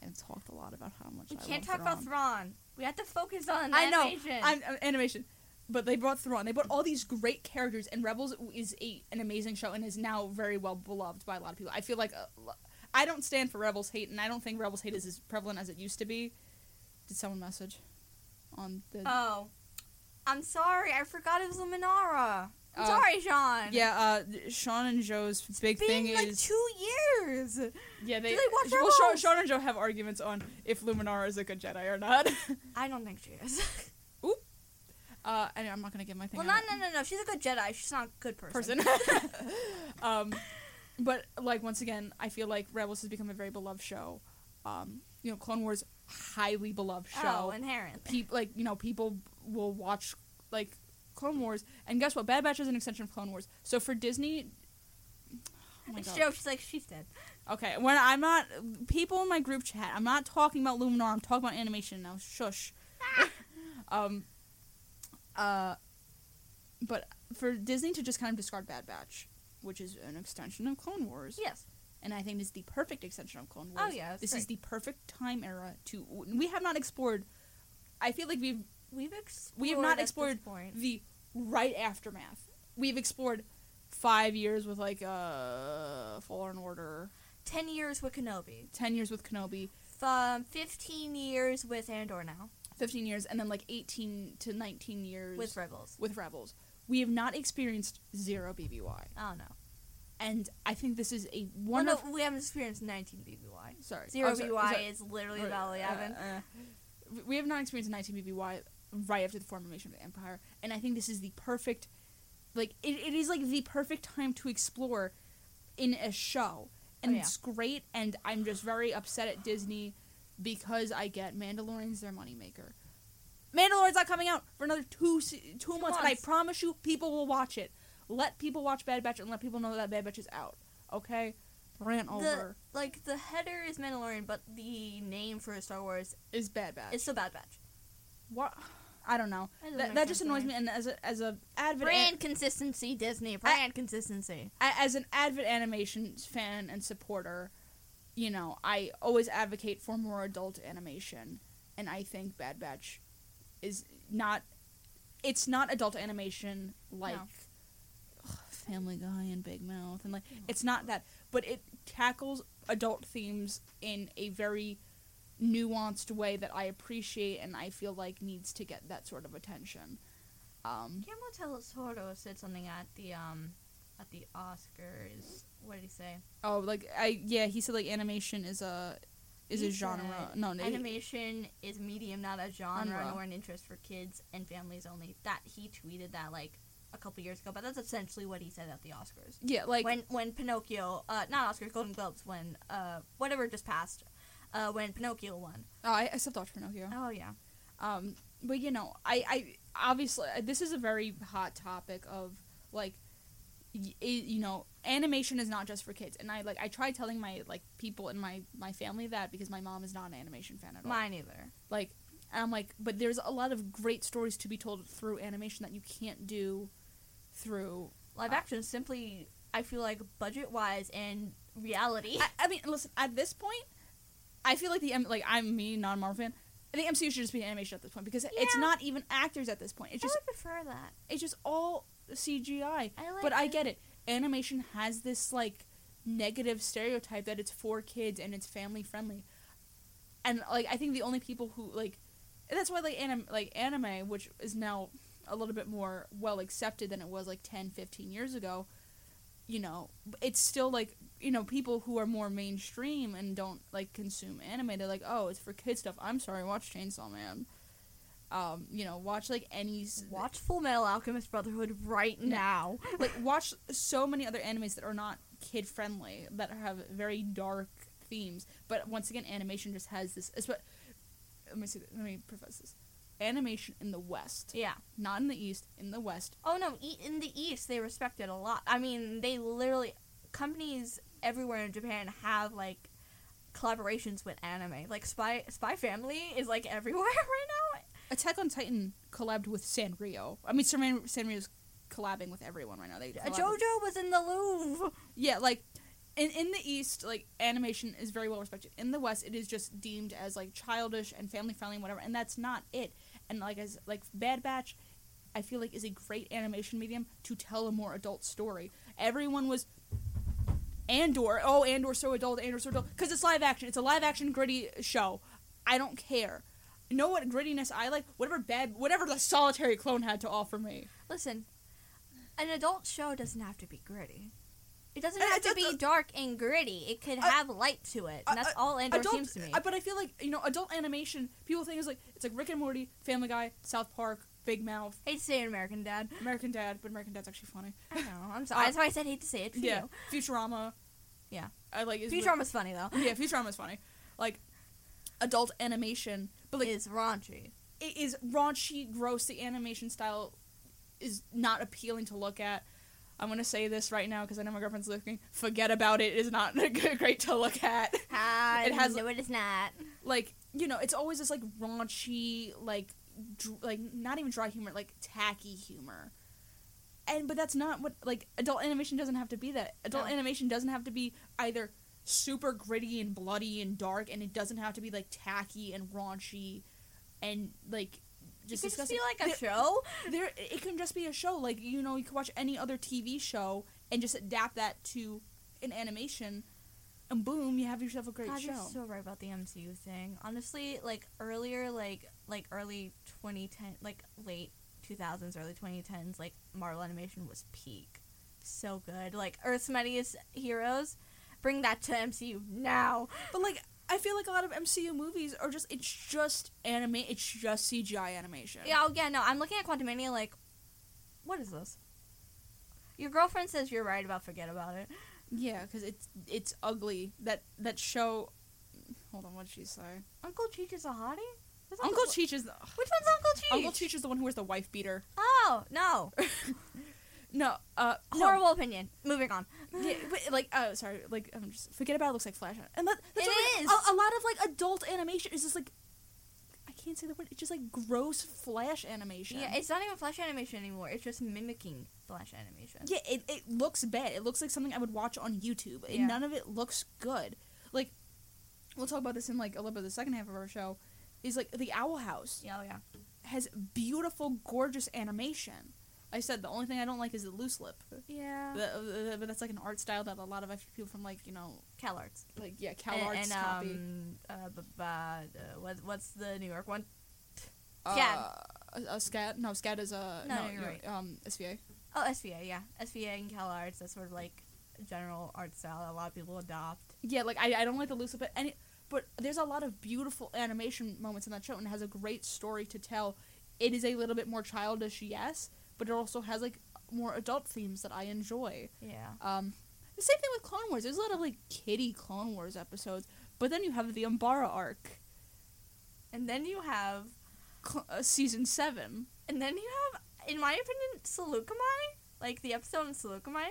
[SPEAKER 1] I have talked a lot about how much
[SPEAKER 2] We
[SPEAKER 1] I
[SPEAKER 2] can't
[SPEAKER 1] love
[SPEAKER 2] talk about Thrawn. We have to focus on
[SPEAKER 1] I know
[SPEAKER 2] animation.
[SPEAKER 1] I'm, uh, animation, but they brought Thrawn. They brought all these great characters, and Rebels is a, an amazing show and is now very well beloved by a lot of people. I feel like uh, l- I don't stand for Rebels hate, and I don't think Rebels hate is as prevalent as it used to be. Did someone message on the?
[SPEAKER 2] Oh, I'm sorry. I forgot it was Luminara. I'm
[SPEAKER 1] Oh.
[SPEAKER 2] sorry, Sean.
[SPEAKER 1] yeah, uh, Sean and Joe's big
[SPEAKER 2] It's been
[SPEAKER 1] thing
[SPEAKER 2] like
[SPEAKER 1] is
[SPEAKER 2] two years.
[SPEAKER 1] yeah they,
[SPEAKER 2] do they watch
[SPEAKER 1] well Sean,
[SPEAKER 2] Rebels?
[SPEAKER 1] Sean and Joe have arguments on if Luminara is a good Jedi or not. (laughs)
[SPEAKER 2] I don't think she (laughs) is.
[SPEAKER 1] uh, anyway, I'm not gonna give my thing.
[SPEAKER 2] well,
[SPEAKER 1] out.
[SPEAKER 2] no, no, no, no. She's a good Jedi. She's not a good person. (laughs)
[SPEAKER 1] person. (laughs) um, but like once again, I feel like Rebels has become a very beloved show. Um, you know, Clone Wars, highly beloved
[SPEAKER 2] Oh,
[SPEAKER 1] show. (laughs)
[SPEAKER 2] inherently.
[SPEAKER 1] Peop like you know, people will watch like Clone Wars, and guess what? Bad Batch is an extension of Clone Wars. So for Disney, oh my God.
[SPEAKER 2] Joe, she's like she's dead.
[SPEAKER 1] Okay, when I'm not people in my group chat, I'm not talking about Luminar. I'm talking about animation now. Shush. (laughs) um. Uh. But for Disney to just kind of discard Bad Batch, which is an extension of Clone Wars,
[SPEAKER 2] Yes.
[SPEAKER 1] and I think this is the perfect extension of Clone
[SPEAKER 2] Oh,
[SPEAKER 1] Wars.
[SPEAKER 2] yeah, that's
[SPEAKER 1] this is the perfect time era to. We have not explored. I feel like we've
[SPEAKER 2] We've explored.
[SPEAKER 1] we have
[SPEAKER 2] at
[SPEAKER 1] not
[SPEAKER 2] this
[SPEAKER 1] explored
[SPEAKER 2] point.
[SPEAKER 1] the right aftermath. We've explored five years with like uh Fallen Order,
[SPEAKER 2] ten years with Kenobi.
[SPEAKER 1] ten years with Kenobi.
[SPEAKER 2] Um, fifteen years with Andor now
[SPEAKER 1] 15 years and then like 18 to 19 years
[SPEAKER 2] with Rebels.
[SPEAKER 1] with rebels we have not experienced zero bby
[SPEAKER 2] Oh no.
[SPEAKER 1] and i think this is a
[SPEAKER 2] Well,
[SPEAKER 1] wonderful
[SPEAKER 2] no, we haven't experienced nineteen BBY.
[SPEAKER 1] sorry
[SPEAKER 2] Zero
[SPEAKER 1] Oh, sorry,
[SPEAKER 2] BBY
[SPEAKER 1] sorry.
[SPEAKER 2] is literally
[SPEAKER 1] Uh,
[SPEAKER 2] about what we haven't.
[SPEAKER 1] uh, we have not experienced 19 bby right after the formation of the empire and i think this is the perfect like it, it is like the perfect time to explore in a show and
[SPEAKER 2] Oh, yeah.
[SPEAKER 1] it's great and i'm just very upset at disney because i get mandalorian's their moneymaker mandalorian's not coming out for another two se- two months, and i
[SPEAKER 2] months.
[SPEAKER 1] promise you people will watch it let people watch bad batch and let people know that bad batch is out okay rant
[SPEAKER 2] the
[SPEAKER 1] over
[SPEAKER 2] like the header is Mandalorian, but the name for Star Wars
[SPEAKER 1] is bad batch
[SPEAKER 2] is the Bad Batch.
[SPEAKER 1] what i don't know
[SPEAKER 2] That doesn't
[SPEAKER 1] that,
[SPEAKER 2] make
[SPEAKER 1] that just
[SPEAKER 2] sense to
[SPEAKER 1] annoys me and as a as a avid an-
[SPEAKER 2] Brand consistency, Disney. Brand consistency.
[SPEAKER 1] a- as an avid animation fan and supporter, you know, I always advocate for more adult animation, and I think Bad Batch is not. It's not adult animation like ugh, Family Guy and Big Mouth, and like it's not that, but it tackles adult themes in a very nuanced way that I appreciate and I feel like needs to get that sort of attention. Um,
[SPEAKER 2] Guillermo del Toro said something at the um at the Oscars. What did he say?
[SPEAKER 1] Oh, like I yeah, he said like animation is a is
[SPEAKER 2] He
[SPEAKER 1] a genre.
[SPEAKER 2] said,
[SPEAKER 1] No, no, he-
[SPEAKER 2] Animation is medium, not a genre
[SPEAKER 1] Genre.
[SPEAKER 2] nor an interest for kids and families only. That he tweeted that like a couple years ago, but that's essentially what he said at the Oscars.
[SPEAKER 1] yeah, like
[SPEAKER 2] when when Pinocchio, uh, not Oscars, Golden Globes, when uh, whatever just passed, uh, when Pinocchio won.
[SPEAKER 1] oh, I, I still watch Pinocchio.
[SPEAKER 2] Oh yeah,
[SPEAKER 1] Um, but you know, I I obviously uh, this is a very hot topic of like y- i- you know animation is not just for kids and i like i try telling my like people in my my family that because my mom is not an animation fan at all
[SPEAKER 2] mine either.
[SPEAKER 1] like and i'm like but there's a lot of great stories to be told through animation that you can't do through
[SPEAKER 2] Live action is simply, I feel like budget wise and reality.
[SPEAKER 1] I, I mean, listen. At this point, I feel like the M- like I'm me, not a Marvel fan. The MCU should just be animation at this point because it's
[SPEAKER 2] Yeah.
[SPEAKER 1] not even actors at this point. It's just
[SPEAKER 2] I would prefer that.
[SPEAKER 1] it's just all CGI.
[SPEAKER 2] I like
[SPEAKER 1] But I
[SPEAKER 2] it.
[SPEAKER 1] get it. Animation has this like negative stereotype that it's for kids and it's family friendly, and like I think the only people who like that's why like anim like anime, which is now a little bit more well accepted than it was like 10, 15 years ago. You know, it's still like you know people who are more mainstream and don't like consume anime. They're like, oh, it's for kid stuff. I'm sorry, watch Chainsaw Man. Um, you know, watch like any s-
[SPEAKER 2] Watch Full Metal Alchemist Brotherhood right now.
[SPEAKER 1] like watch so many other animes that are not kid friendly that have very dark themes but once again animation just has this it's what- let me see let me preface this animation in the west
[SPEAKER 2] Yeah.
[SPEAKER 1] not in the east in the west
[SPEAKER 2] Oh no, e- in the East they respect it a lot. I mean, they literally companies everywhere in Japan have like collaborations with anime. Like Spy Spy Family is like everywhere (laughs) right now.
[SPEAKER 1] attack on titan collabed with sanrio i mean sanrio sanrio's collabing with everyone right now they
[SPEAKER 2] Uh,
[SPEAKER 1] collab with-
[SPEAKER 2] JoJo was in the Louvre.
[SPEAKER 1] yeah like in in the East, like animation is very well respected. In the West, it is just deemed as like childish and family friendly and whatever, and that's not it. And like as like Bad Batch, I feel like is a great animation medium to tell a more adult story. Everyone was Andor, oh Andor so adult, Andor so adult, because it's live action. It's a live action gritty show. I don't care. Know what grittiness I like? Whatever bad, whatever the solitary clone had to offer me.
[SPEAKER 2] Listen, an adult show doesn't have to be gritty. It doesn't
[SPEAKER 1] And
[SPEAKER 2] have
[SPEAKER 1] it's-
[SPEAKER 2] to be
[SPEAKER 1] it's-
[SPEAKER 2] dark and gritty. It could
[SPEAKER 1] I-
[SPEAKER 2] have light to it, and that's
[SPEAKER 1] I-
[SPEAKER 2] all Andor
[SPEAKER 1] adult,
[SPEAKER 2] seems to me.
[SPEAKER 1] I- but I feel like you know, adult animation. People think is like it's like Rick and Morty, Family Guy, South Park, Big Mouth,
[SPEAKER 2] hate to say it, American Dad.
[SPEAKER 1] American Dad, but American Dad's actually funny.
[SPEAKER 2] I know. I'm sorry.
[SPEAKER 1] Uh,
[SPEAKER 2] that's why I said hate to say it. For
[SPEAKER 1] Yeah, Futurama.
[SPEAKER 2] Yeah.
[SPEAKER 1] I like is
[SPEAKER 2] you. Futurama's funny though.
[SPEAKER 1] Yeah, Futurama's funny. Like adult animation, but like
[SPEAKER 2] is raunchy.
[SPEAKER 1] it is raunchy, gross. The animation style is not appealing to look at. I'm gonna say this right now because I know my girlfriend's looking. Forget about it. It is not (laughs) great to look at.
[SPEAKER 2] Ah,
[SPEAKER 1] It has-
[SPEAKER 2] no, it is not.
[SPEAKER 1] Like you know, it's always this like raunchy, like dr- like not even dry humor, like tacky humor. And but that's not what like adult animation doesn't have to be that. Adult
[SPEAKER 2] No.
[SPEAKER 1] animation doesn't have to be either super gritty and bloody and dark, and it doesn't have to be like tacky and raunchy, and like
[SPEAKER 2] It
[SPEAKER 1] just
[SPEAKER 2] could just
[SPEAKER 1] disgusting
[SPEAKER 2] be like a
[SPEAKER 1] There-
[SPEAKER 2] show.
[SPEAKER 1] there it can just be a show like you know you can watch any other tv show and just adapt that to an animation and boom you have yourself a great
[SPEAKER 2] God,
[SPEAKER 1] show
[SPEAKER 2] you're so right about the MCU thing. Honestly, like earlier, like like early 2010, like late 2000s, early 2010s, like Marvel animation was peak. So good. Like Earth's Mightiest Heroes, bring that to MCU now.
[SPEAKER 1] but like i feel like a lot of mcu movies are just it's just anime it's just cgi animation
[SPEAKER 2] Yeah, oh yeah, no, I'm looking at Quantumania like, what is this? Your girlfriend says you're right about forget about it.
[SPEAKER 1] yeah because it's it's ugly that that show hold on what'd she say
[SPEAKER 2] Uncle Cheech is a hottie? Who's
[SPEAKER 1] uncle cheech is the,
[SPEAKER 2] Which one's Uncle Cheech?
[SPEAKER 1] uncle cheech is the one who wears the wife beater
[SPEAKER 2] Oh, no.
[SPEAKER 1] no uh (laughs) no.
[SPEAKER 2] Horrible opinion. Moving on.
[SPEAKER 1] Yeah, but like, oh, sorry, like, I'm just forget about it. Looks like Flash, and that, that's
[SPEAKER 2] It
[SPEAKER 1] what, like,
[SPEAKER 2] is.
[SPEAKER 1] a, a lot of like adult animation is just like, I can't say the word. It's just like gross Flash animation.
[SPEAKER 2] (laughs) Yeah, it's not even flash animation anymore. It's just mimicking flash animation.
[SPEAKER 1] yeah, it, it looks bad. It looks like something I would watch on YouTube, and
[SPEAKER 2] Yeah.
[SPEAKER 1] none of it looks good. Like, we'll talk about this in like a little bit of the second half of our show. Is like the Owl House
[SPEAKER 2] Yeah, oh, yeah.
[SPEAKER 1] has beautiful, gorgeous animation. I said the only thing I don't like is the loose lip,
[SPEAKER 2] Yeah.
[SPEAKER 1] The- uh, uh, but that's like an art style that a lot of people from like you know
[SPEAKER 2] Cal Arts.
[SPEAKER 1] like yeah
[SPEAKER 2] and,
[SPEAKER 1] CalArts
[SPEAKER 2] and,
[SPEAKER 1] copy.
[SPEAKER 2] um, uh, b- b- uh, what, what's the New York one?
[SPEAKER 1] Yeah. Uh, a, a scat? No, scat is a
[SPEAKER 2] um, No,
[SPEAKER 1] no.
[SPEAKER 2] you're
[SPEAKER 1] no,
[SPEAKER 2] right.
[SPEAKER 1] Um, SVA.
[SPEAKER 2] Oh, SVA, yeah. SVA and Cal Arts. That's sort of like a general art style that a lot of people adopt.
[SPEAKER 1] Yeah, like I, I don't like the loose but any, but there's a lot of beautiful animation moments in that show, and it has a great story to tell. It is a little bit more childish, yes, but it also has like more adult themes that I enjoy.
[SPEAKER 2] Yeah.
[SPEAKER 1] Um, the same thing with Clone Wars. There's a lot of like kiddie Clone Wars episodes, but then you have the Umbara arc,
[SPEAKER 2] And then you have,
[SPEAKER 1] cl- uh, season seven.
[SPEAKER 2] and then you have, in my opinion, Seleucamai. Like the episode on Seleucamai,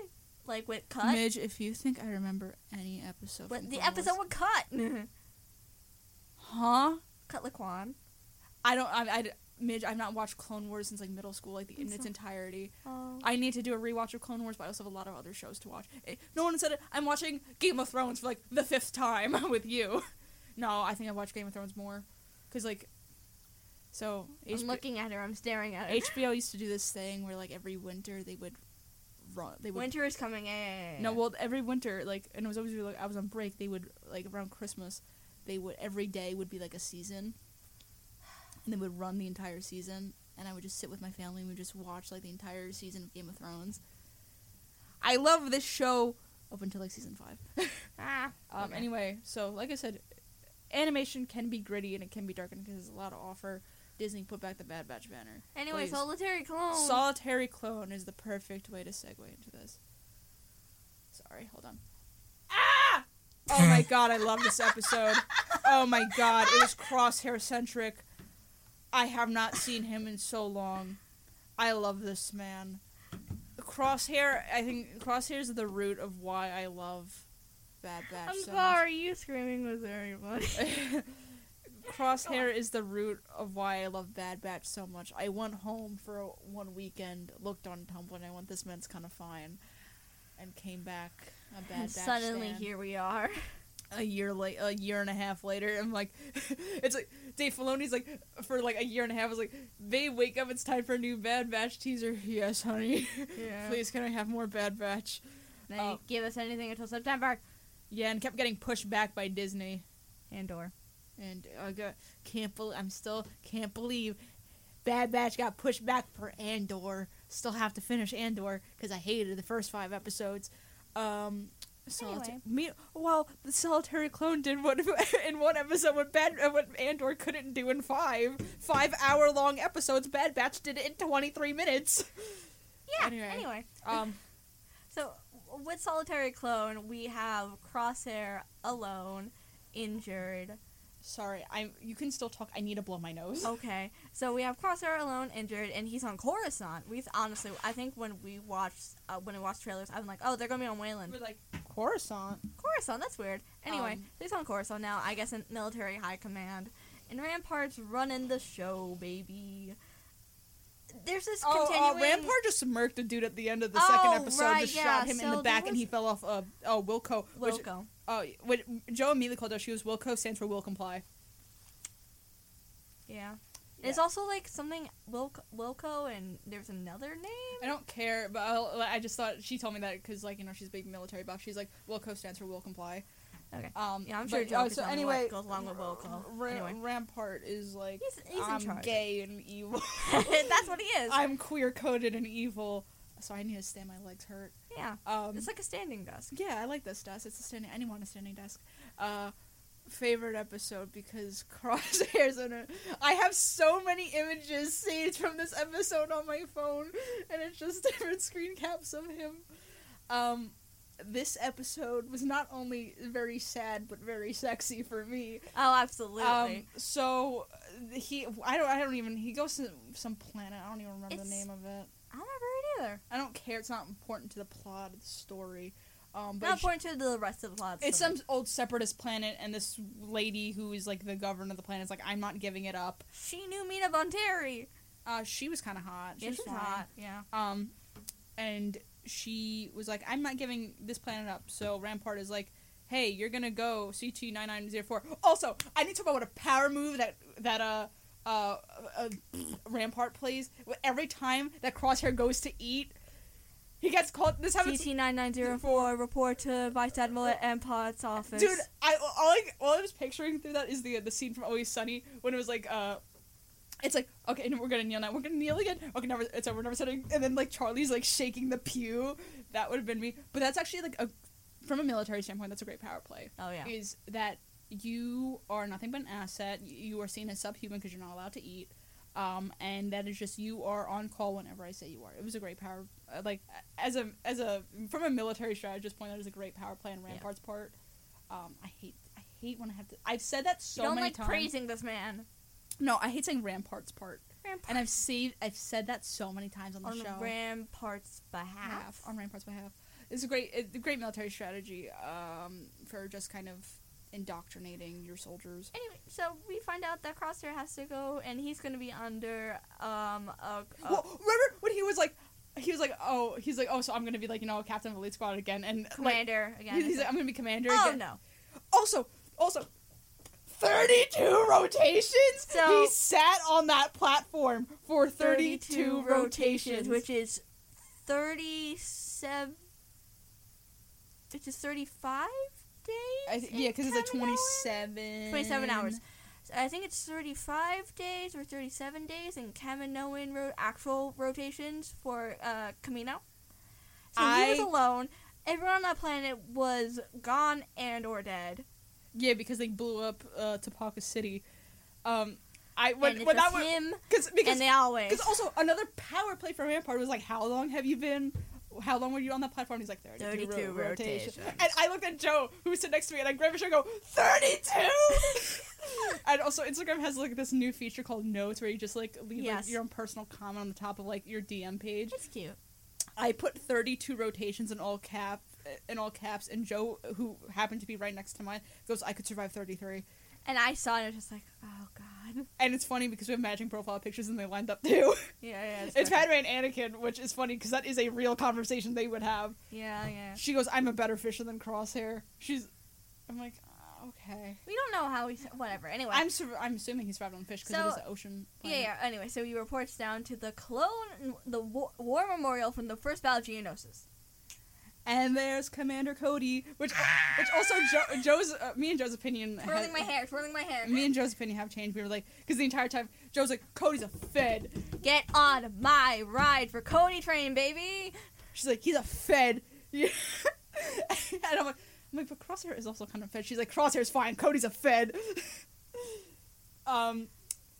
[SPEAKER 2] like with cut.
[SPEAKER 1] Midge, if you think I remember any episode,
[SPEAKER 2] but
[SPEAKER 1] from
[SPEAKER 2] the
[SPEAKER 1] Clone
[SPEAKER 2] episode
[SPEAKER 1] Wars-
[SPEAKER 2] with cut. (laughs)
[SPEAKER 1] huh?
[SPEAKER 2] cut Laquan.
[SPEAKER 1] I don't. I, I Midge. I've not watched Clone Wars since like middle school, like the, in
[SPEAKER 2] It's
[SPEAKER 1] its
[SPEAKER 2] not-
[SPEAKER 1] entirety.
[SPEAKER 2] Oh.
[SPEAKER 1] I need to do a rewatch of Clone Wars, but I also have a lot of other shows to watch. Eh, No one said it. I'm watching Game of Thrones for like the fifth time (laughs) with you. No, I think I watch Game of Thrones more, cause like, so
[SPEAKER 2] I'm
[SPEAKER 1] HBO
[SPEAKER 2] looking at her. I'm staring at her.
[SPEAKER 1] HBO used to do this thing where like every winter they would run. They would
[SPEAKER 2] Winter is coming. Yeah, yeah, yeah,
[SPEAKER 1] no,
[SPEAKER 2] yeah.
[SPEAKER 1] well, every winter, like, and it was always like I was on break. They would like around Christmas, they would every day would be like a season, and they would run the entire season. And I would just sit with my family and we would just watch like the entire season of Game of Thrones. I love this show up until like season five.
[SPEAKER 2] Ah,
[SPEAKER 1] Um,
[SPEAKER 2] okay.
[SPEAKER 1] Anyway, so like I said, animation can be gritty and it can be dark and there's a lot to offer. Disney put back the Bad Batch banner.
[SPEAKER 2] Anyway,
[SPEAKER 1] please.
[SPEAKER 2] solitary clone.
[SPEAKER 1] Solitary clone is the perfect way to segue into this. Sorry, hold on. Ah! Oh my god, I love this episode. Oh my god, it was crosshair centric. I have not seen him in so long. I love this man. Crosshair, I think Crosshair is the root of why I love Bad Batch.
[SPEAKER 2] I'm
[SPEAKER 1] so much.
[SPEAKER 2] sorry, you screaming was very funny.
[SPEAKER 1] (laughs) Crosshair is the root of why I love Bad Batch so much. I went home for one weekend, looked on Tumblr, and I went, this man's kind of fine. and came back a bad
[SPEAKER 2] And
[SPEAKER 1] batch
[SPEAKER 2] suddenly
[SPEAKER 1] stan.
[SPEAKER 2] here
[SPEAKER 1] (laughs)
[SPEAKER 2] we are.
[SPEAKER 1] a year late, a year and a half later, I'm like, (laughs) it's like Dave Filoni's like for like a year and a half. I was like, they wake up. It's time for a new Bad Batch teaser. (laughs) Yes, honey.
[SPEAKER 2] (laughs)
[SPEAKER 1] (laughs)
[SPEAKER 2] Yeah.
[SPEAKER 1] Please, can I have more Bad Batch?
[SPEAKER 2] They
[SPEAKER 1] Oh.
[SPEAKER 2] didn't give us anything until September.
[SPEAKER 1] Yeah, and kept getting pushed back by Disney.
[SPEAKER 2] Andor.
[SPEAKER 1] And I got can't believe I'm still can't believe Bad Batch got pushed back for Andor. Still have to finish Andor because I hated the first five episodes. Um, so
[SPEAKER 2] Anyway.
[SPEAKER 1] me well the solitary clone did what (laughs) in one episode what Bad uh, what Andor couldn't do in five five hour long episodes. Bad Batch did it in twenty three minutes. (laughs)
[SPEAKER 2] Yeah.
[SPEAKER 1] Anyway.
[SPEAKER 2] Anyway.
[SPEAKER 1] Um,
[SPEAKER 2] So w- with Solitary Clone, we have Crosshair alone, injured.
[SPEAKER 1] sorry, I you can still talk. I need to blow my nose.
[SPEAKER 2] Okay. So we have Crosshair alone, injured, and he's on Coruscant. We honestly, I think when we watched uh, when we watched trailers, I'm like, oh, they're gonna be on Wayland.
[SPEAKER 1] We're like Coruscant.
[SPEAKER 2] Coruscant. That's weird. Anyway,
[SPEAKER 1] Um,
[SPEAKER 2] so he's on Coruscant now. I guess in military high command. And Rampart's running the show, baby. There's this
[SPEAKER 1] Oh,
[SPEAKER 2] continuing.
[SPEAKER 1] uh, Rampart just smirked a dude at the end of the
[SPEAKER 2] Oh,
[SPEAKER 1] second episode,
[SPEAKER 2] right,
[SPEAKER 1] just
[SPEAKER 2] yeah,
[SPEAKER 1] shot him
[SPEAKER 2] so
[SPEAKER 1] in the
[SPEAKER 2] there
[SPEAKER 1] back, and
[SPEAKER 2] was-
[SPEAKER 1] he fell off. Uh, oh, Wilco. Which,
[SPEAKER 2] Wilco.
[SPEAKER 1] uh, which Joe immediately called out. She was Wilco stands for will comply.
[SPEAKER 2] Yeah. And
[SPEAKER 1] Yeah.
[SPEAKER 2] It's also like something Wilco, Wilco, and there's another name.
[SPEAKER 1] I don't care, but I'll, I just thought she told me that because, like, you know, she's a big military buff. She's like Wilco stands for will comply.
[SPEAKER 2] Okay.
[SPEAKER 1] Um,
[SPEAKER 2] Yeah, I'm sure
[SPEAKER 1] but-
[SPEAKER 2] Joe
[SPEAKER 1] oh,
[SPEAKER 2] could
[SPEAKER 1] so
[SPEAKER 2] tell me
[SPEAKER 1] anyway,
[SPEAKER 2] what goes along with Wilco.
[SPEAKER 1] Ra-
[SPEAKER 2] Anyway.
[SPEAKER 1] Rampart is like
[SPEAKER 2] He's, he's
[SPEAKER 1] I'm
[SPEAKER 2] in
[SPEAKER 1] (laughs)
[SPEAKER 2] charge.
[SPEAKER 1] gay and evil.
[SPEAKER 2] (laughs) That's what he is.
[SPEAKER 1] I'm queer coded and evil. So I need to stand. My legs hurt.
[SPEAKER 2] yeah.
[SPEAKER 1] Um,
[SPEAKER 2] It's like a standing desk.
[SPEAKER 1] Yeah, I like this desk. It's a standing. I didn't want a standing desk. Uh, favorite episode because (laughs) crosshairs on it. I have so many images saved from this episode on my phone, and it's just (laughs) different screen caps of him. Um, this episode was not only very sad but very sexy for me.
[SPEAKER 2] Oh, absolutely.
[SPEAKER 1] Um, so uh, he, I don't, I don't even. He goes to some planet. I don't even remember the
[SPEAKER 2] It's-
[SPEAKER 1] name of it.
[SPEAKER 2] I don't remember it either.
[SPEAKER 1] I don't care. It's not important to the plot of the story. Um, but
[SPEAKER 2] Not
[SPEAKER 1] it's-
[SPEAKER 2] important to the rest of the plot.
[SPEAKER 1] it's
[SPEAKER 2] so-
[SPEAKER 1] some old separatist planet, and this lady who is like the governor of the planet is like, I'm not giving it up.
[SPEAKER 2] She knew Mina Bonteri.
[SPEAKER 1] Uh, she was kind of hot. She
[SPEAKER 2] Yeah,
[SPEAKER 1] was
[SPEAKER 2] she's
[SPEAKER 1] fine.
[SPEAKER 2] hot. Yeah.
[SPEAKER 1] Um, and she was like, I'm not giving this planet up. So Rampart is like, Hey, you're gonna go CT nine nine zero four. Also, I need to talk about what a power move that that uh. Uh, uh, Rampart plays every time that Crosshair goes to eat, he gets called. This happens.
[SPEAKER 2] CT nine nine zero four report to Vice Admiral at Empire's office.
[SPEAKER 1] Dude, I all I all I was picturing through that is the the scene from Always Sunny when it was like uh. It's like okay, no, we're gonna kneel now. We're gonna kneel again. Okay, never. It's over. Never said. it. And then like Charlie's like shaking the pew. That would have been me. But that's actually like a, from a military standpoint, that's a great power play.
[SPEAKER 2] oh yeah.
[SPEAKER 1] Is that you are nothing but an asset. Y- You are seen as subhuman because you're not allowed to eat. Um, and that is just you are on call whenever I say you are. It was a great power, uh, like as a as a from a military strategist point, that is a great power play on
[SPEAKER 2] Yeah.
[SPEAKER 1] Rampart's part. Um, I hate I hate when I have to. I've said that so
[SPEAKER 2] you don't
[SPEAKER 1] many
[SPEAKER 2] like
[SPEAKER 1] times.
[SPEAKER 2] praising this man.
[SPEAKER 1] No, I hate saying Rampart's part,
[SPEAKER 2] Rampart.
[SPEAKER 1] and I've saved I've said that so many times on the
[SPEAKER 2] on
[SPEAKER 1] show.
[SPEAKER 2] Rampart's behalf.
[SPEAKER 1] Half on Rampart's behalf. It's a great it's a great military strategy um, for just kind of indoctrinating your soldiers.
[SPEAKER 2] Anyway, so we find out that Crosshair has to go, and he's going to be under um a, a
[SPEAKER 1] Well, remember when he was like, he was like, oh, he's like, oh, so I'm gonna be like, you know, captain of elite squad again, and like,
[SPEAKER 2] commander again.
[SPEAKER 1] he's,
[SPEAKER 2] It's
[SPEAKER 1] he's like, I'm gonna be commander.
[SPEAKER 2] oh
[SPEAKER 1] again.
[SPEAKER 2] no!
[SPEAKER 1] Also, also, thirty-two rotations.
[SPEAKER 2] So-
[SPEAKER 1] he sat on that platform for thirty-two, rotations,
[SPEAKER 2] which is thirty-seven, which is thirty-five days.
[SPEAKER 1] I th- yeah, because
[SPEAKER 2] because
[SPEAKER 1] it's like twenty-seven.
[SPEAKER 2] 27 hours. So I think it's 35 days or 37 days in Kaminoan ro- actual rotations for uh, Camino. So he was
[SPEAKER 1] I-
[SPEAKER 2] alone. Everyone on that planet was gone and or dead.
[SPEAKER 1] Yeah, because they blew up uh, Topeka City. Um, I when,
[SPEAKER 2] and it's
[SPEAKER 1] when that
[SPEAKER 2] just
[SPEAKER 1] was
[SPEAKER 2] him
[SPEAKER 1] because because
[SPEAKER 2] and they always.
[SPEAKER 1] Because also another power play for Rampart was like, "How long have you been? How long were you on that platform?" He's like, "32,
[SPEAKER 2] 32
[SPEAKER 1] ro- rotation."
[SPEAKER 2] rotations.
[SPEAKER 1] And I looked at Joe, who was sitting next to me, and I grabbed his shirt and go,
[SPEAKER 2] (laughs)
[SPEAKER 1] "32." and also, Instagram has like this new feature called Notes, where you just like leave
[SPEAKER 2] Yes.
[SPEAKER 1] like, your own personal comment on the top of like your DM page.
[SPEAKER 2] It's cute.
[SPEAKER 1] I put 32 rotations in all cap in all caps, and Joe, who happened to be right next to mine, goes, "I could survive 33."
[SPEAKER 2] And I saw it and I was just like, oh god. god. (laughs)
[SPEAKER 1] And it's funny because we have matching profile pictures and they lined up too. (laughs)
[SPEAKER 2] Yeah, yeah.
[SPEAKER 1] it's
[SPEAKER 2] great.
[SPEAKER 1] Padme and Anakin, which is funny because that is a real conversation they would have.
[SPEAKER 2] Yeah, yeah.
[SPEAKER 1] She goes, "I'm a better fisher than Crosshair." She's, I'm like, "Ah, okay.
[SPEAKER 2] We don't know how he. Whatever. Anyway.
[SPEAKER 1] I'm sur- I'm assuming he survived on fish because
[SPEAKER 2] So-
[SPEAKER 1] it is an ocean.
[SPEAKER 2] yeah,
[SPEAKER 1] planet.
[SPEAKER 2] yeah. Anyway, so he reports down to the clone, the war, war memorial from the first battle of Geonosis.
[SPEAKER 1] And there's Commander Cody, which which also jo- Joe's uh, me and Joe's opinion.
[SPEAKER 2] Twirling
[SPEAKER 1] had-
[SPEAKER 2] my hair, twirling my hair.
[SPEAKER 1] Me and Joe's opinion have changed. We were like, because the entire time Joe's like, Cody's a Fed.
[SPEAKER 2] Get on my ride for Cody Train, baby.
[SPEAKER 1] She's like, he's a Fed. (laughs) Yeah. and I'm like, I'm like, but Crosshair is also kind of Fed. She's like, Crosshair's fine. Cody's a Fed. (laughs) um,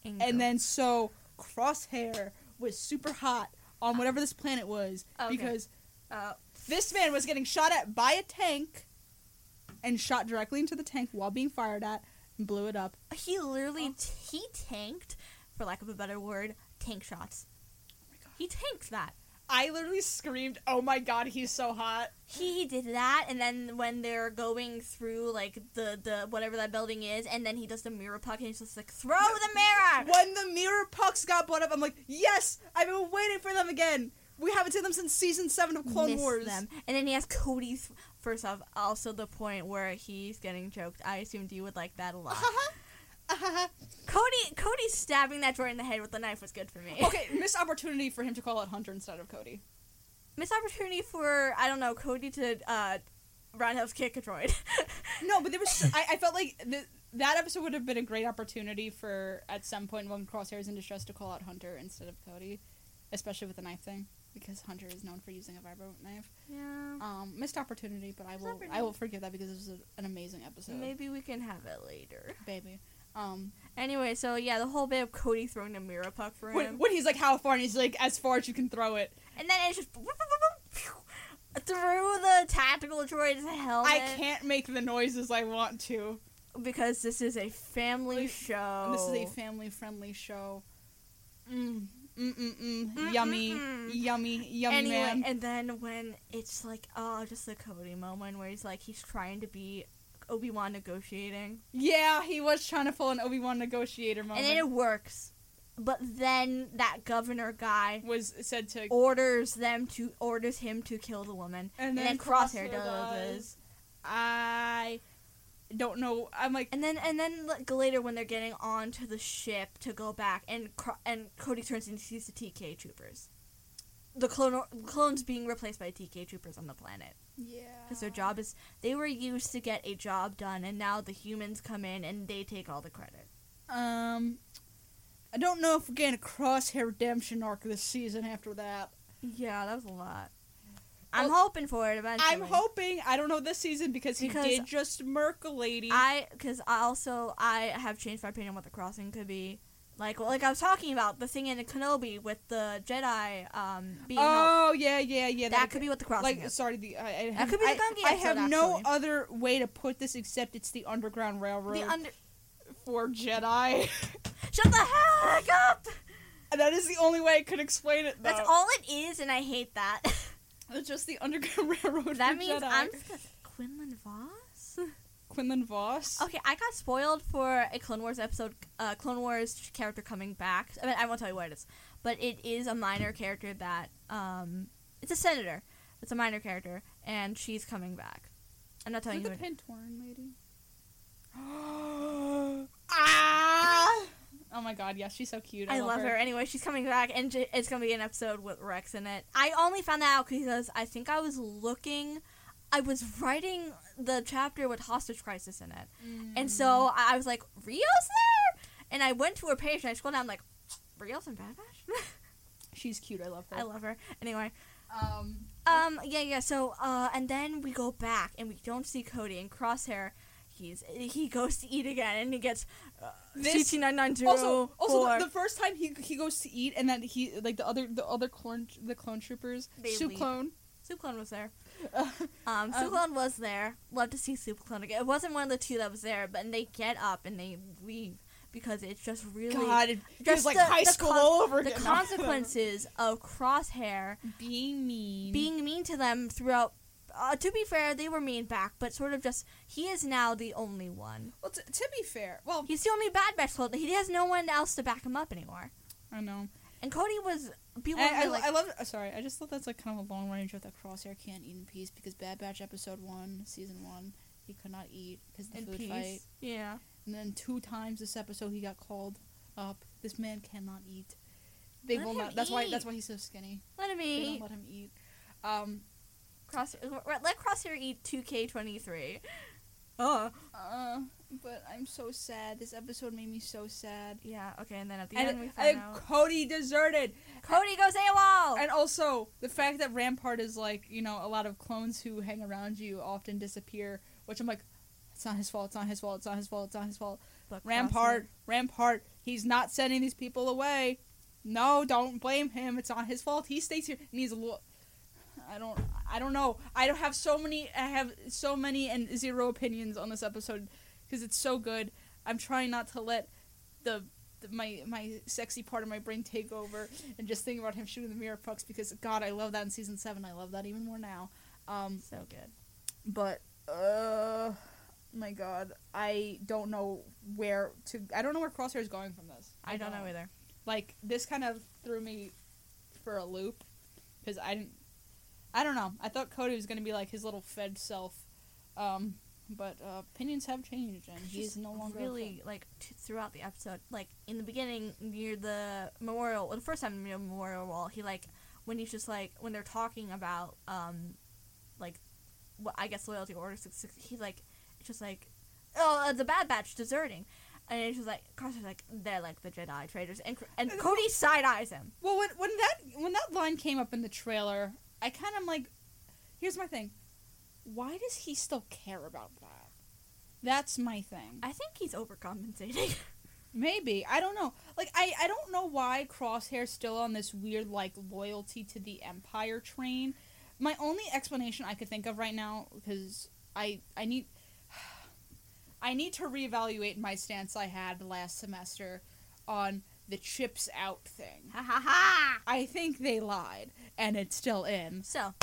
[SPEAKER 1] and then so Crosshair was super hot on whatever this planet was
[SPEAKER 2] Okay.
[SPEAKER 1] because
[SPEAKER 2] uh,
[SPEAKER 1] this man was getting shot at by a tank and shot directly into the tank while being fired at and blew it up.
[SPEAKER 2] he literally he tanked, for lack of a better word, tank shots. He tanked that.
[SPEAKER 1] I literally screamed, "Oh my god, he's so hot!"
[SPEAKER 2] He did that, and then when they're going through like the the whatever that building is, and then he does the mirror puck, and he's just like throw the mirror.
[SPEAKER 1] When the mirror pucks got blown up, I'm like, "Yes, I've been waiting for them again." We haven't seen them since season seven of Clone
[SPEAKER 2] Miss
[SPEAKER 1] Wars.
[SPEAKER 2] them. And then he has Cody. th- first off, also the point where he's getting choked. I assumed you would like that a lot.
[SPEAKER 1] Uh-huh.
[SPEAKER 2] Cody, Cody stabbing that droid in the head with the knife was good for me.
[SPEAKER 1] okay, missed opportunity for him to call out Hunter instead of Cody.
[SPEAKER 2] Missed opportunity for I don't know Cody to uh, roundhouse kick a droid. (laughs)
[SPEAKER 1] No, but there was. I, I felt like th- that episode would have been a great opportunity for at some point when Crosshair's in distress to call out Hunter instead of Cody, especially with the knife thing because Hunter is known for using a vibro knife.
[SPEAKER 2] yeah.
[SPEAKER 1] Um, missed opportunity, but I
[SPEAKER 2] Missed
[SPEAKER 1] will. I will forgive that because it was a, an amazing episode,
[SPEAKER 2] Maybe we can have it later.
[SPEAKER 1] baby. Um,
[SPEAKER 2] Anyway, so yeah, the whole bit of Cody throwing the mirror puck for him,
[SPEAKER 1] when, when he's like, "How far?" and he's like, "As far as you can throw it."
[SPEAKER 2] and then it's just (laughs) through the tactical droid's helmet.
[SPEAKER 1] I can't make the noises I want to.
[SPEAKER 2] because this is a family
[SPEAKER 1] Like,
[SPEAKER 2] show.
[SPEAKER 1] This is a family-friendly show. Mm, mm, mm, mm,
[SPEAKER 2] Mm,
[SPEAKER 1] yummy,
[SPEAKER 2] mm, mm.
[SPEAKER 1] yummy, yummy,
[SPEAKER 2] anyway,
[SPEAKER 1] man.
[SPEAKER 2] and then when it's like, oh, just the Cody moment where he's like, he's trying to be Obi Wan negotiating,
[SPEAKER 1] Yeah, he was trying to pull an Obi Wan negotiator
[SPEAKER 2] and
[SPEAKER 1] moment.
[SPEAKER 2] then it works, but then that governor guy
[SPEAKER 1] was said to,
[SPEAKER 2] orders them to orders him to kill the woman, Oh, and, then, Crosshair, does.
[SPEAKER 1] I don't know. I'm like,
[SPEAKER 2] And then and then like, later when they're getting onto the ship to go back and Cro- and Cody turns and sees the TK troopers. The clone clones being replaced by TK troopers on the planet
[SPEAKER 1] yeah,
[SPEAKER 2] because their job is they were used to get a job done and now the humans come in and they take all the credit.
[SPEAKER 1] Um, I don't know if we're getting a Crosshair redemption arc this season after that.
[SPEAKER 2] Yeah, that was a lot. I'm
[SPEAKER 1] Well,
[SPEAKER 2] hoping for it eventually.
[SPEAKER 1] I'm hoping. I don't know this season because he
[SPEAKER 2] Because
[SPEAKER 1] did just murk a lady.
[SPEAKER 2] I because I also I have changed my opinion on what the crossing could be. Like well, like I was talking about the thing in Kenobi with the Jedi um being helped.
[SPEAKER 1] oh yeah, yeah, yeah.
[SPEAKER 2] That could be what the crossing
[SPEAKER 1] like
[SPEAKER 2] is.
[SPEAKER 1] sorry. The I, I have,
[SPEAKER 2] That could be the
[SPEAKER 1] I-
[SPEAKER 2] Gungi
[SPEAKER 1] I
[SPEAKER 2] episode,
[SPEAKER 1] have no
[SPEAKER 2] actually.
[SPEAKER 1] other way to put this except it's the Underground Railroad
[SPEAKER 2] The under
[SPEAKER 1] for
[SPEAKER 2] (laughs)
[SPEAKER 1] Jedi.
[SPEAKER 2] Shut the heck up!
[SPEAKER 1] That is the only way I could explain it. Though.
[SPEAKER 2] That's all it is, and I hate that. (laughs)
[SPEAKER 1] It's just the Underground (laughs) Railroad.
[SPEAKER 2] that
[SPEAKER 1] for
[SPEAKER 2] means
[SPEAKER 1] Jedi.
[SPEAKER 2] I'm just gonna- Quinlan Voss.
[SPEAKER 1] Quinlan Voss.
[SPEAKER 2] Okay, I got spoiled for a Clone Wars episode. Uh, Clone Wars character coming back. I mean, I won't tell you what it is, but it is a minor character that um, it's a senator. It's a minor character, and she's coming back. I'm not telling
[SPEAKER 1] Is
[SPEAKER 2] you.
[SPEAKER 1] it the
[SPEAKER 2] what-
[SPEAKER 1] Pentorn lady? (gasps) ah! Oh my god, yes, she's so cute. I,
[SPEAKER 2] I love her. Anyway, she's coming back, and j- it's gonna be an episode with Rex in it. I only found that out because I think I was looking, I was writing the chapter with hostage crisis in it,
[SPEAKER 1] Mm.
[SPEAKER 2] and so I I was like, "Rio's there," and I went to her page and I scrolled down, I'm like, "Rio's in Bad Batch." (laughs)
[SPEAKER 1] She's cute. I love her.
[SPEAKER 2] I love her. Anyway,
[SPEAKER 1] um,
[SPEAKER 2] um, yeah, yeah. So, uh, and then we go back and we don't see Cody and Crosshair. He's he goes to eat again and he gets
[SPEAKER 1] this.
[SPEAKER 2] CT nine nine zero
[SPEAKER 1] Also, also
[SPEAKER 2] four.
[SPEAKER 1] the, the first time he he goes to eat, and then he like the other the other clone the clone troopers,
[SPEAKER 2] They
[SPEAKER 1] Soup
[SPEAKER 2] leave.
[SPEAKER 1] Clone.
[SPEAKER 2] Soup Clone was there.
[SPEAKER 1] (laughs) Uh,
[SPEAKER 2] Um,
[SPEAKER 1] Um,
[SPEAKER 2] Soup Clone was there. Love to see Soup Clone again. It wasn't one of the two that was there, but they get up and they leave because it's just really
[SPEAKER 1] God, it
[SPEAKER 2] Just
[SPEAKER 1] feels like
[SPEAKER 2] the-
[SPEAKER 1] high
[SPEAKER 2] the
[SPEAKER 1] school
[SPEAKER 2] con-
[SPEAKER 1] all over
[SPEAKER 2] the
[SPEAKER 1] again. (laughs)
[SPEAKER 2] consequences of Crosshair
[SPEAKER 1] being mean,
[SPEAKER 2] Mm-hmm. being mean to them throughout uh, to be fair, they were mean back, but sort of just he is now the only one.
[SPEAKER 1] Well, t- to be fair, well,
[SPEAKER 2] He's the only bad batch soldier. He has no one else to back him up anymore.
[SPEAKER 1] I know.
[SPEAKER 2] And Cody was people
[SPEAKER 1] I, I,
[SPEAKER 2] were like
[SPEAKER 1] I love. uh, Sorry, I just thought that's like kind of a long range of that Crosshair can't eat in peace because Bad Batch episode one, season one, he could not eat because of the
[SPEAKER 2] in
[SPEAKER 1] food
[SPEAKER 2] peace.
[SPEAKER 1] fight,
[SPEAKER 2] Yeah.
[SPEAKER 1] and then two times this episode he got called up. This man cannot eat. They
[SPEAKER 2] Let
[SPEAKER 1] will
[SPEAKER 2] him
[SPEAKER 1] not. That's why.
[SPEAKER 2] eat.
[SPEAKER 1] That's why he's so skinny.
[SPEAKER 2] Let me
[SPEAKER 1] They don't let him eat. Um.
[SPEAKER 2] Cross let Crosshair eat two K twenty three. Oh
[SPEAKER 1] Uh. But I'm so sad. This episode made me so sad.
[SPEAKER 2] yeah, okay, and then at the end we
[SPEAKER 1] And,
[SPEAKER 2] find
[SPEAKER 1] and
[SPEAKER 2] out
[SPEAKER 1] Cody deserted.
[SPEAKER 2] Cody goes AWOL.
[SPEAKER 1] And also the fact that Rampart is like, you know, a lot of clones who hang around you often disappear, which I'm like, it's not his fault, it's not his fault, it's not his fault, it's not his fault.
[SPEAKER 2] But
[SPEAKER 1] Rampart, Rampart, he's not sending these people away. No, don't blame him. It's not his fault. He stays here and he's a little I don't I don't know. I don't have so many I have so many and zero opinions on this episode because it's so good. I'm trying not to let the, the my my sexy part of my brain take over and just think about him shooting the mirror pucks because God, I love that in season seven. I love that even more now. Um,
[SPEAKER 2] Crosshair. so good.
[SPEAKER 1] but uh, my God, I don't know where to. I don't know where Crosshair is going from this.
[SPEAKER 2] I don't know either.
[SPEAKER 1] Like this kind of threw me for a loop because I didn't. I don't know. I thought Cody was gonna be like his little fed self, um, but uh, opinions have changed and he's
[SPEAKER 2] Just
[SPEAKER 1] no longer a
[SPEAKER 2] really like t- throughout the episode like in the beginning near the memorial well, the first time near the memorial wall he like when he's just like when they're talking about um like what i guess loyalty order six, six he like it's just like oh uh, the bad batch deserting and it's just like Carter's like they're like the jedi traitors and and cody side eyes him
[SPEAKER 1] Well, when, when that when that line came up in the trailer, I kind of am like, here's my thing. Why does he still care about that? That's my thing.
[SPEAKER 2] i think he's overcompensating (laughs)
[SPEAKER 1] Maybe I don't know. Like I I don't know why Crosshair's still on this weird like loyalty to the Empire train. My only explanation I could think of right now because I I need (sighs) I need to reevaluate my stance I had last semester on the chips out thing.
[SPEAKER 2] ha ha ha
[SPEAKER 1] I think they lied and it's still in.
[SPEAKER 2] So,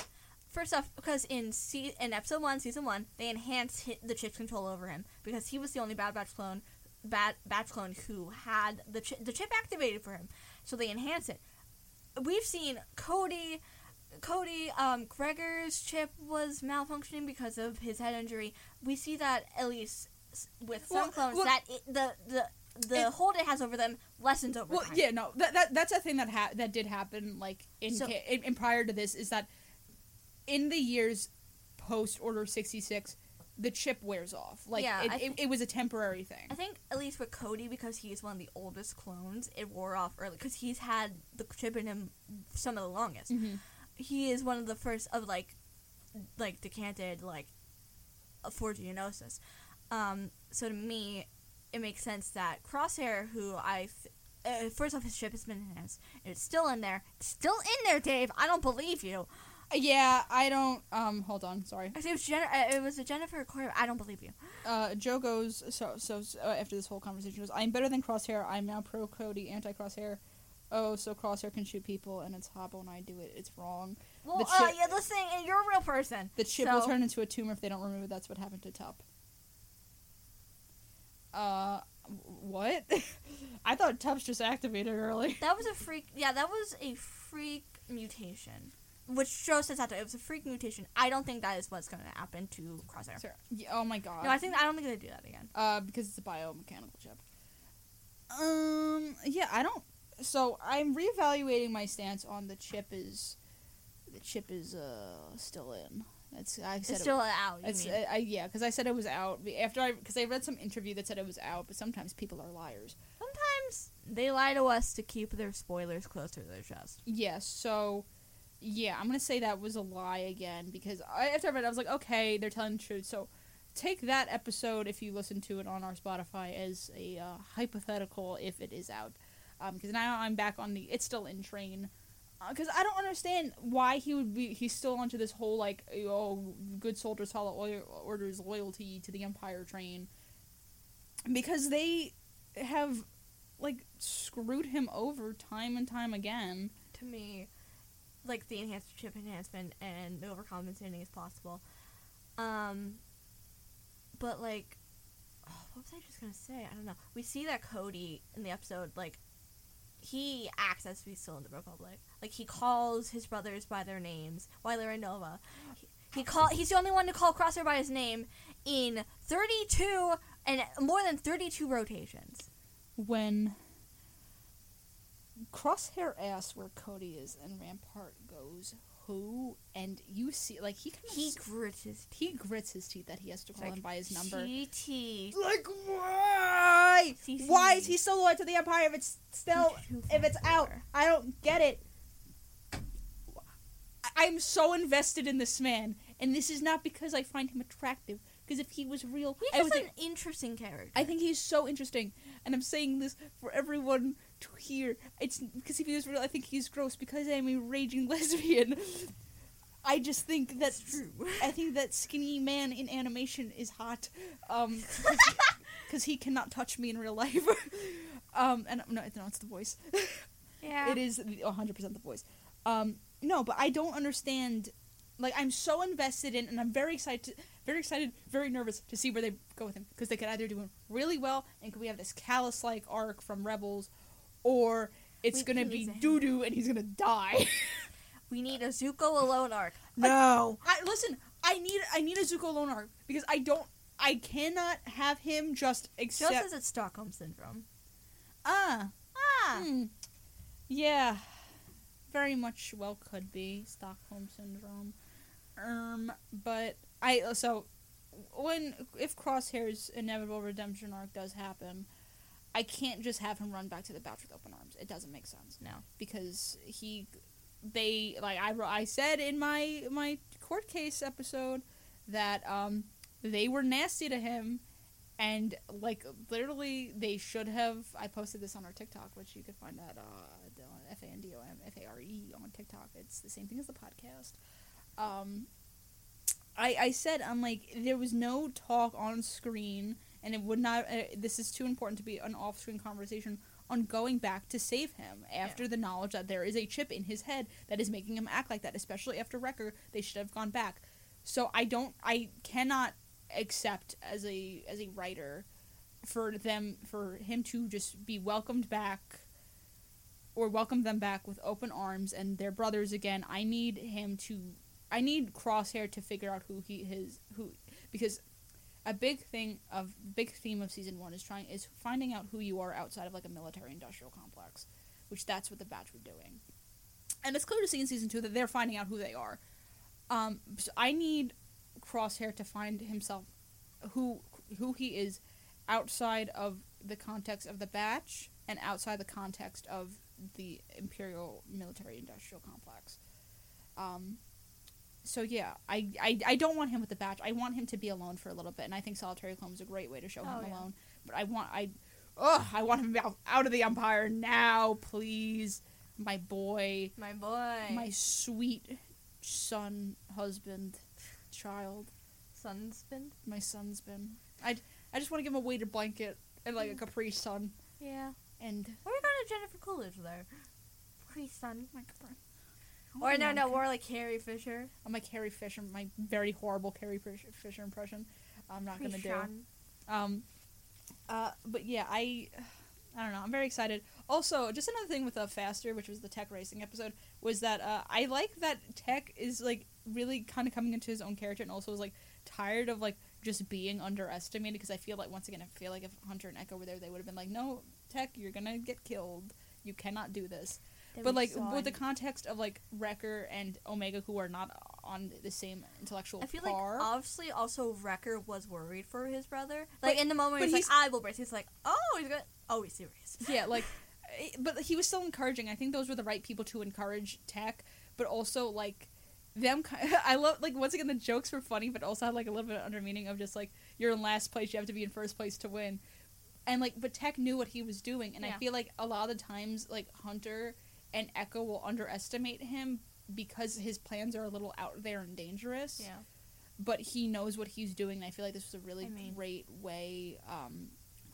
[SPEAKER 2] first off, because in se- in episode one, season one, they enhanced hi- the chip's control over him because he was the only Bad Batch clone, Bad Batch clone who had the chi- the chip activated for him. So they enhanced it. We've seen Cody, Cody, um, Gregor's chip was malfunctioning because of his head injury. We see that at least s- with some
[SPEAKER 1] Well,
[SPEAKER 2] clones
[SPEAKER 1] well-
[SPEAKER 2] that it, the the the
[SPEAKER 1] It-
[SPEAKER 2] hold it has over them lessens over
[SPEAKER 1] Well,
[SPEAKER 2] time.
[SPEAKER 1] yeah, no, that, that that's a thing that ha- that did happen. Like in,
[SPEAKER 2] So-
[SPEAKER 1] ca- in, in prior to this, is that in the years post Order sixty six, the chip wears off. Like
[SPEAKER 2] Yeah,
[SPEAKER 1] it,
[SPEAKER 2] I
[SPEAKER 1] it, it was a temporary thing.
[SPEAKER 2] I think at least with Cody because he's one of the oldest clones, it wore off early because he's had the chip in him some of the longest.
[SPEAKER 1] Mhm.
[SPEAKER 2] He is one of the first of like, like decanted like, uh, for Geonosis. Um, so to me, it makes sense that Crosshair, who I th- uh, first off his chip has been enhanced, it's still in there, it's still in there, Dave. I don't believe you.
[SPEAKER 1] Yeah, I don't. Um, hold on, sorry.
[SPEAKER 2] Actually, It was, Jen- uh, it was a Jennifer Corey. I don't believe you.
[SPEAKER 1] Uh, Joe goes so so uh, after this whole conversation goes. I'm better than Crosshair. I'm now pro Cody, anti Crosshair. Oh, so Crosshair can shoot people, and it's Hobbo and I do it. It's wrong.
[SPEAKER 2] Well,
[SPEAKER 1] The
[SPEAKER 2] uh,
[SPEAKER 1] chip-
[SPEAKER 2] yeah, listening, and you're a real person.
[SPEAKER 1] The chip
[SPEAKER 2] so-
[SPEAKER 1] will turn into a tumor if they don't remove it. That's what happened to Tup. Uh, w- what? (laughs) I thought Tup's just activated early.
[SPEAKER 2] That was a freak. Yeah, that was a freak mutation. Which Joe says after it was a freak mutation. I don't think that is what's going to happen to Crosshair.
[SPEAKER 1] Sorry. (laughs) Yeah, oh my god.
[SPEAKER 2] No, I think I don't think they do that again.
[SPEAKER 1] uh, because it's a biomechanical chip. Um, yeah, I don't. So I'm reevaluating my stance on the chip is, the chip is uh still in. That's I said
[SPEAKER 2] It's
[SPEAKER 1] it
[SPEAKER 2] still out. You
[SPEAKER 1] It's,
[SPEAKER 2] mean.
[SPEAKER 1] I, I, yeah, because I said it was out after I because I read some interview that said it was out, but sometimes people are liars.
[SPEAKER 2] Sometimes they lie to us to keep their spoilers closer to their chest.
[SPEAKER 1] Yes. So, yeah, I'm gonna say that was a lie again because I, after I read, it, I was like, okay, they're telling the truth. So, take that episode if you listen to it on our Spotify as a uh, hypothetical if it is out, because now I'm back on the it's still in train. Because I don't understand why he would be he's still onto this whole like oh good soldiers follow oil- orders loyalty to the empire train because they have like screwed him over time and time again
[SPEAKER 2] To me, like the enhanced chip enhancement and the overcompensating as possible. Um, but like, oh, what was I just gonna say? I don't know. We see that Cody in the episode, like, he acts as if he's still in the Republic. Like he calls his brothers by their names, Wyler and Nova. He, he call he's the only one to call Crosshair by his name in 32 and more than 32 rotations.
[SPEAKER 1] When Crosshair asks where Cody is, and Rampart goes, "Who?" and you see, like he kind of
[SPEAKER 2] He
[SPEAKER 1] s-
[SPEAKER 2] grits his teeth.
[SPEAKER 1] he grits his teeth that he has to call
[SPEAKER 2] like,
[SPEAKER 1] him by his number.
[SPEAKER 2] GT.
[SPEAKER 1] Like why?
[SPEAKER 2] CC.
[SPEAKER 1] Why is he so loyal to the Empire if it's
[SPEAKER 2] (laughs)
[SPEAKER 1] still
[SPEAKER 2] Two,
[SPEAKER 1] if it's
[SPEAKER 2] five,
[SPEAKER 1] out?
[SPEAKER 2] four.
[SPEAKER 1] I don't get it. I- I'm so invested in this man, and this is not because I find him attractive. Because if he was real,
[SPEAKER 2] He's
[SPEAKER 1] I would
[SPEAKER 2] just
[SPEAKER 1] think
[SPEAKER 2] an interesting character.
[SPEAKER 1] I think he's so interesting, and I'm saying this for everyone to hear. It's because if he was real, I think he's gross because I'm a raging (laughs) lesbian. I just think that
[SPEAKER 2] that's true.
[SPEAKER 1] (laughs) I think that skinny man in animation is hot, um, because he cannot touch me in real life. (laughs) um, and no, no, it's the voice.
[SPEAKER 2] (laughs)
[SPEAKER 1] (laughs)
[SPEAKER 2] yeah.
[SPEAKER 1] It is 100 percent the voice. Um, no, but I don't understand. Like I'm so invested in, and I'm very excited, very excited, very nervous to see where they go with him because they could either do him really well, and could we have this callous like arc from Rebels, or it's
[SPEAKER 2] We
[SPEAKER 1] gonna
[SPEAKER 2] can
[SPEAKER 1] be
[SPEAKER 2] use it.
[SPEAKER 1] doo doo and he's gonna die. (laughs)
[SPEAKER 2] We need a Zuko alone arc.
[SPEAKER 1] no, I, listen. I need I need a Zuko Lone arc because I don't I cannot have him just
[SPEAKER 2] Joe
[SPEAKER 1] accept.
[SPEAKER 2] says it's Stockholm syndrome.
[SPEAKER 1] ah,
[SPEAKER 2] Ah,
[SPEAKER 1] hmm. Yeah, very much well could be Stockholm syndrome. Um, but I uh, so when if Crosshair's inevitable redemption arc does happen, I can't just have him run back to the Batch with open arms. It doesn't make sense
[SPEAKER 2] no.
[SPEAKER 1] because he they like I wr- I said in my my court case episode that um they were nasty to him and like literally they should have I posted this on our TikTok which you could find at uh F A N D O M F A R E on TikTok it's the same thing as the podcast um I I said I'm like there was no talk on screen and it would not uh, this is too important to be an off-screen conversation on going back to save him after the knowledge that there is a chip in his head that is making him act like that, especially after Wrecker. They should have gone back. So I don't, I cannot accept as a as a writer for them for him to just be welcomed back or welcome them back with open arms and their brothers again. I need him to, I need Crosshair to figure out who he is, who because a big thing of big theme of season one is trying is finding out who you are outside of like a military industrial complex, which that's what the batch were doing, and it's clear to see in season two that they're finding out who they are. Um, so I need Crosshair to find himself who who he is outside of the context of the batch and outside the context of the imperial military industrial complex. Um, so yeah, I, I I don't want him with the batch. I want him to be alone for a little bit, and I think solitary clone is a great way to show
[SPEAKER 2] Oh,
[SPEAKER 1] him
[SPEAKER 2] yeah.
[SPEAKER 1] alone. But I want I, ugh, I want him out, out of the empire now, please, my boy,
[SPEAKER 2] My boy.
[SPEAKER 1] my sweet son, husband, child,
[SPEAKER 2] sunspin.
[SPEAKER 1] my son's been. I I just want to give him a weighted blanket and like a Capri Sun
[SPEAKER 2] Yeah.
[SPEAKER 1] and
[SPEAKER 2] What about a Jennifer Coolidge there? Please, son.
[SPEAKER 1] my Capri.
[SPEAKER 2] Or no, no, more like Carrie Fisher.
[SPEAKER 1] I'm like Carrie Fisher, my very horrible Carrie Fish- Fisher impression. I'm not gonna
[SPEAKER 2] Please,
[SPEAKER 1] do.
[SPEAKER 2] Sean.
[SPEAKER 1] Um, uh, but yeah, I, I don't know. I'm very excited. Also, just another thing with uh, Faster, which was the tech racing episode, was that uh, I like that Tech is like really kind of coming into his own character, and also is like tired of like just being underestimated. Because I feel like once again, I feel like if Hunter and Echo were there, they would have been like, "No, Tech, you're gonna get killed. You cannot do this."
[SPEAKER 2] That
[SPEAKER 1] but
[SPEAKER 2] we
[SPEAKER 1] like
[SPEAKER 2] saw
[SPEAKER 1] with the
[SPEAKER 2] in-
[SPEAKER 1] context of like Wrecker and Omega, who are not on the same intellectual
[SPEAKER 2] I feel like
[SPEAKER 1] par.
[SPEAKER 2] obviously also Wrecker was worried for his brother. Like in the
[SPEAKER 1] but
[SPEAKER 2] moment where he's,
[SPEAKER 1] he's-
[SPEAKER 2] like, I will break. He's like, oh, he's gonna. Oh, he's serious.
[SPEAKER 1] yeah like it- but he was still encouraging i think those were the right people to encourage tech but also like them ki- (laughs) i love like once again the jokes were funny but also had like a little bit of under meaning of just like you're in last place you have to be in first place to win and like but tech knew what he was doing and i
[SPEAKER 2] Yeah.
[SPEAKER 1] feel like a lot of the times like hunter and echo will underestimate him because his plans are a little out there and dangerous
[SPEAKER 2] Yeah.
[SPEAKER 1] but he knows what he's doing and i feel like this was a really
[SPEAKER 2] I mean-
[SPEAKER 1] great way um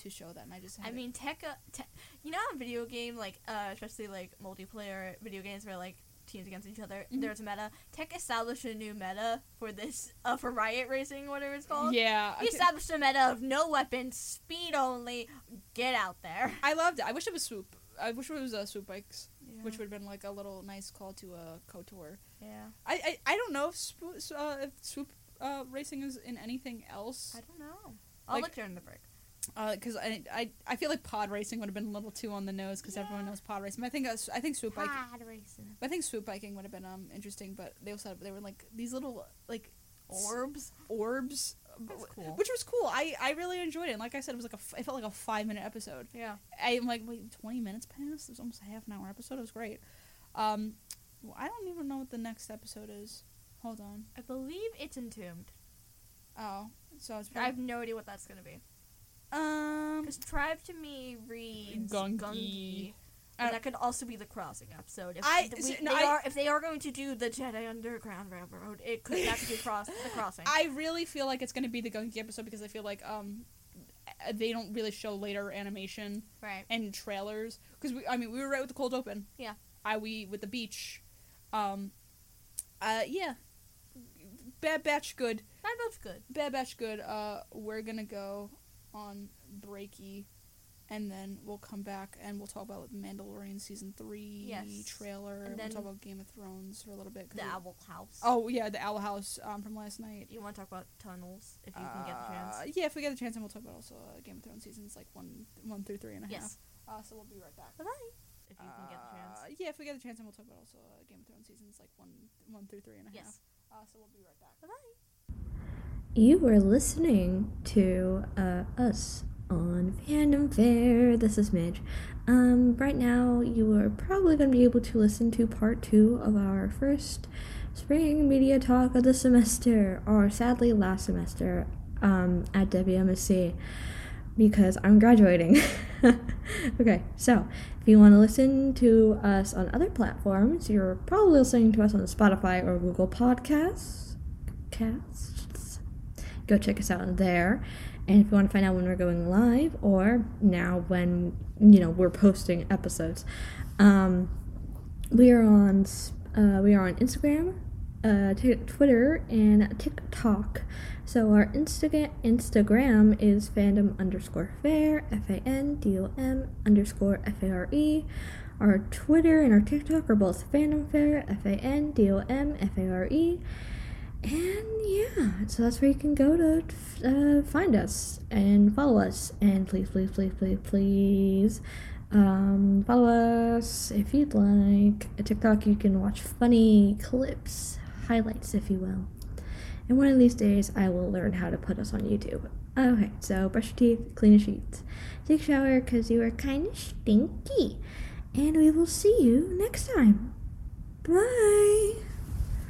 [SPEAKER 1] to show that and i just had
[SPEAKER 2] I
[SPEAKER 1] it-
[SPEAKER 2] mean, tech. uh, te- you know, in video game, like uh, especially like multiplayer video games, where like teams against each other.
[SPEAKER 1] Mhm.
[SPEAKER 2] There's meta. Tech established a new meta for this uh, for riot racing, whatever it's called.
[SPEAKER 1] Yeah, I
[SPEAKER 2] He
[SPEAKER 1] ca-
[SPEAKER 2] established a meta of no weapons, speed only. Get out there.
[SPEAKER 1] I loved it. I wish it was swoop. I wish it was uh, swoop bikes, which would have been like a little nice call to a uh, Kotor.
[SPEAKER 2] yeah.
[SPEAKER 1] I, I I don't know if swoop, uh, if swoop uh, racing is in anything else
[SPEAKER 2] I don't know. I'll
[SPEAKER 1] Like-
[SPEAKER 2] look during the break.
[SPEAKER 1] because I, I I feel like pod racing would have been a little too on the nose because everyone
[SPEAKER 2] Yeah.
[SPEAKER 1] knows pod racing. But I think uh, s- I think swoop bike.
[SPEAKER 2] racing.
[SPEAKER 1] I think swoop biking would have been um interesting, but they also had, they were like these little like
[SPEAKER 2] Orbs.
[SPEAKER 1] orbs,
[SPEAKER 2] That's cool.
[SPEAKER 1] which was cool. I I really enjoyed it. And like I said, it was like a f- it felt like a five minute episode.
[SPEAKER 2] Yeah.
[SPEAKER 1] I'm like, wait, 20 minutes passed? It was almost a half an hour episode. It was great. Um, well, I don't even know what the next episode is. Hold on.
[SPEAKER 2] I believe it's entombed.
[SPEAKER 1] Oh, so it's
[SPEAKER 2] I have
[SPEAKER 1] probably,
[SPEAKER 2] no idea what that's gonna be.
[SPEAKER 1] um,
[SPEAKER 2] Because tribe to me reads
[SPEAKER 1] Gungi.
[SPEAKER 2] Gungi. And
[SPEAKER 1] Uh,
[SPEAKER 2] that could also be the crossing episode. If,
[SPEAKER 1] I-
[SPEAKER 2] th-
[SPEAKER 1] so-
[SPEAKER 2] we-
[SPEAKER 1] no,
[SPEAKER 2] they
[SPEAKER 1] I-
[SPEAKER 2] are, if they are going to do the Jedi Underground Railroad, it could have to be cross
[SPEAKER 1] (laughs)
[SPEAKER 2] the crossing.
[SPEAKER 1] I really feel like it's gonna be the Gunky episode because I feel like um, uh, they don't really show later animation
[SPEAKER 2] right.
[SPEAKER 1] and trailers because we, I mean, we were right with the cold open.
[SPEAKER 2] Yeah.
[SPEAKER 1] I we with the beach, um, uh, yeah. Bad batch good.
[SPEAKER 2] That looks good.
[SPEAKER 1] Bad Batch good. Uh, we're gonna go on breaky, and then we'll come back and we'll talk about Mandalorian season three
[SPEAKER 2] Yes.
[SPEAKER 1] trailer.
[SPEAKER 2] And
[SPEAKER 1] And we'll
[SPEAKER 2] then-
[SPEAKER 1] talk about Game of Thrones for a little bit. 'cause
[SPEAKER 2] The
[SPEAKER 1] we-
[SPEAKER 2] Owl House.
[SPEAKER 1] Oh yeah, the Owl House um, from last night.
[SPEAKER 2] You want to talk about tunnels if you can get the chance?
[SPEAKER 1] Uh, yeah, if we get the chance, and we'll talk about also uh, Game of Thrones seasons like one, one through three and a half.
[SPEAKER 2] Yes.
[SPEAKER 1] Uh, so we'll be right back.
[SPEAKER 2] Bye If you can get the chance.
[SPEAKER 1] Uh, yeah, if we get the chance, and we'll talk about also uh, Game of Thrones seasons like one, one through three and a half.
[SPEAKER 2] Yes.
[SPEAKER 1] Uh, so we'll be right back.
[SPEAKER 2] Bye bye.
[SPEAKER 3] You were listening to uh, us on Fandom Fair. This is Midge. Um, right now, you are probably going to be able to listen to part two of our first spring media talk of the semester, or sadly, last semester um, at WMSC because I'm graduating. (laughs) okay, so if you want to listen to us on other platforms, you're probably listening to us on Spotify or Google Podcasts. Casts go check us out there. And if you want to find out when we're going live or now when you know we're posting episodes, um, we are on s- uh, we are on Instagram, uh, Ti- Twitter, and TikTok. So our Instagram Instagram is fandom underscore fair f a n d o m underscore f a r e. Our Twitter and our TikTok are both fandom fair f a n d o m f a r e. And yeah, so that's where you can go to uh, find us and follow us. And please, please, please, please, please um, follow us if you'd like. At TikTok, you can watch funny clips, highlights, if you will. And one of these days, I will learn how to put us on YouTube. Okay, so brush your teeth, clean your sheets, take a shower because you are kind of stinky. And we will see you next time. Bye!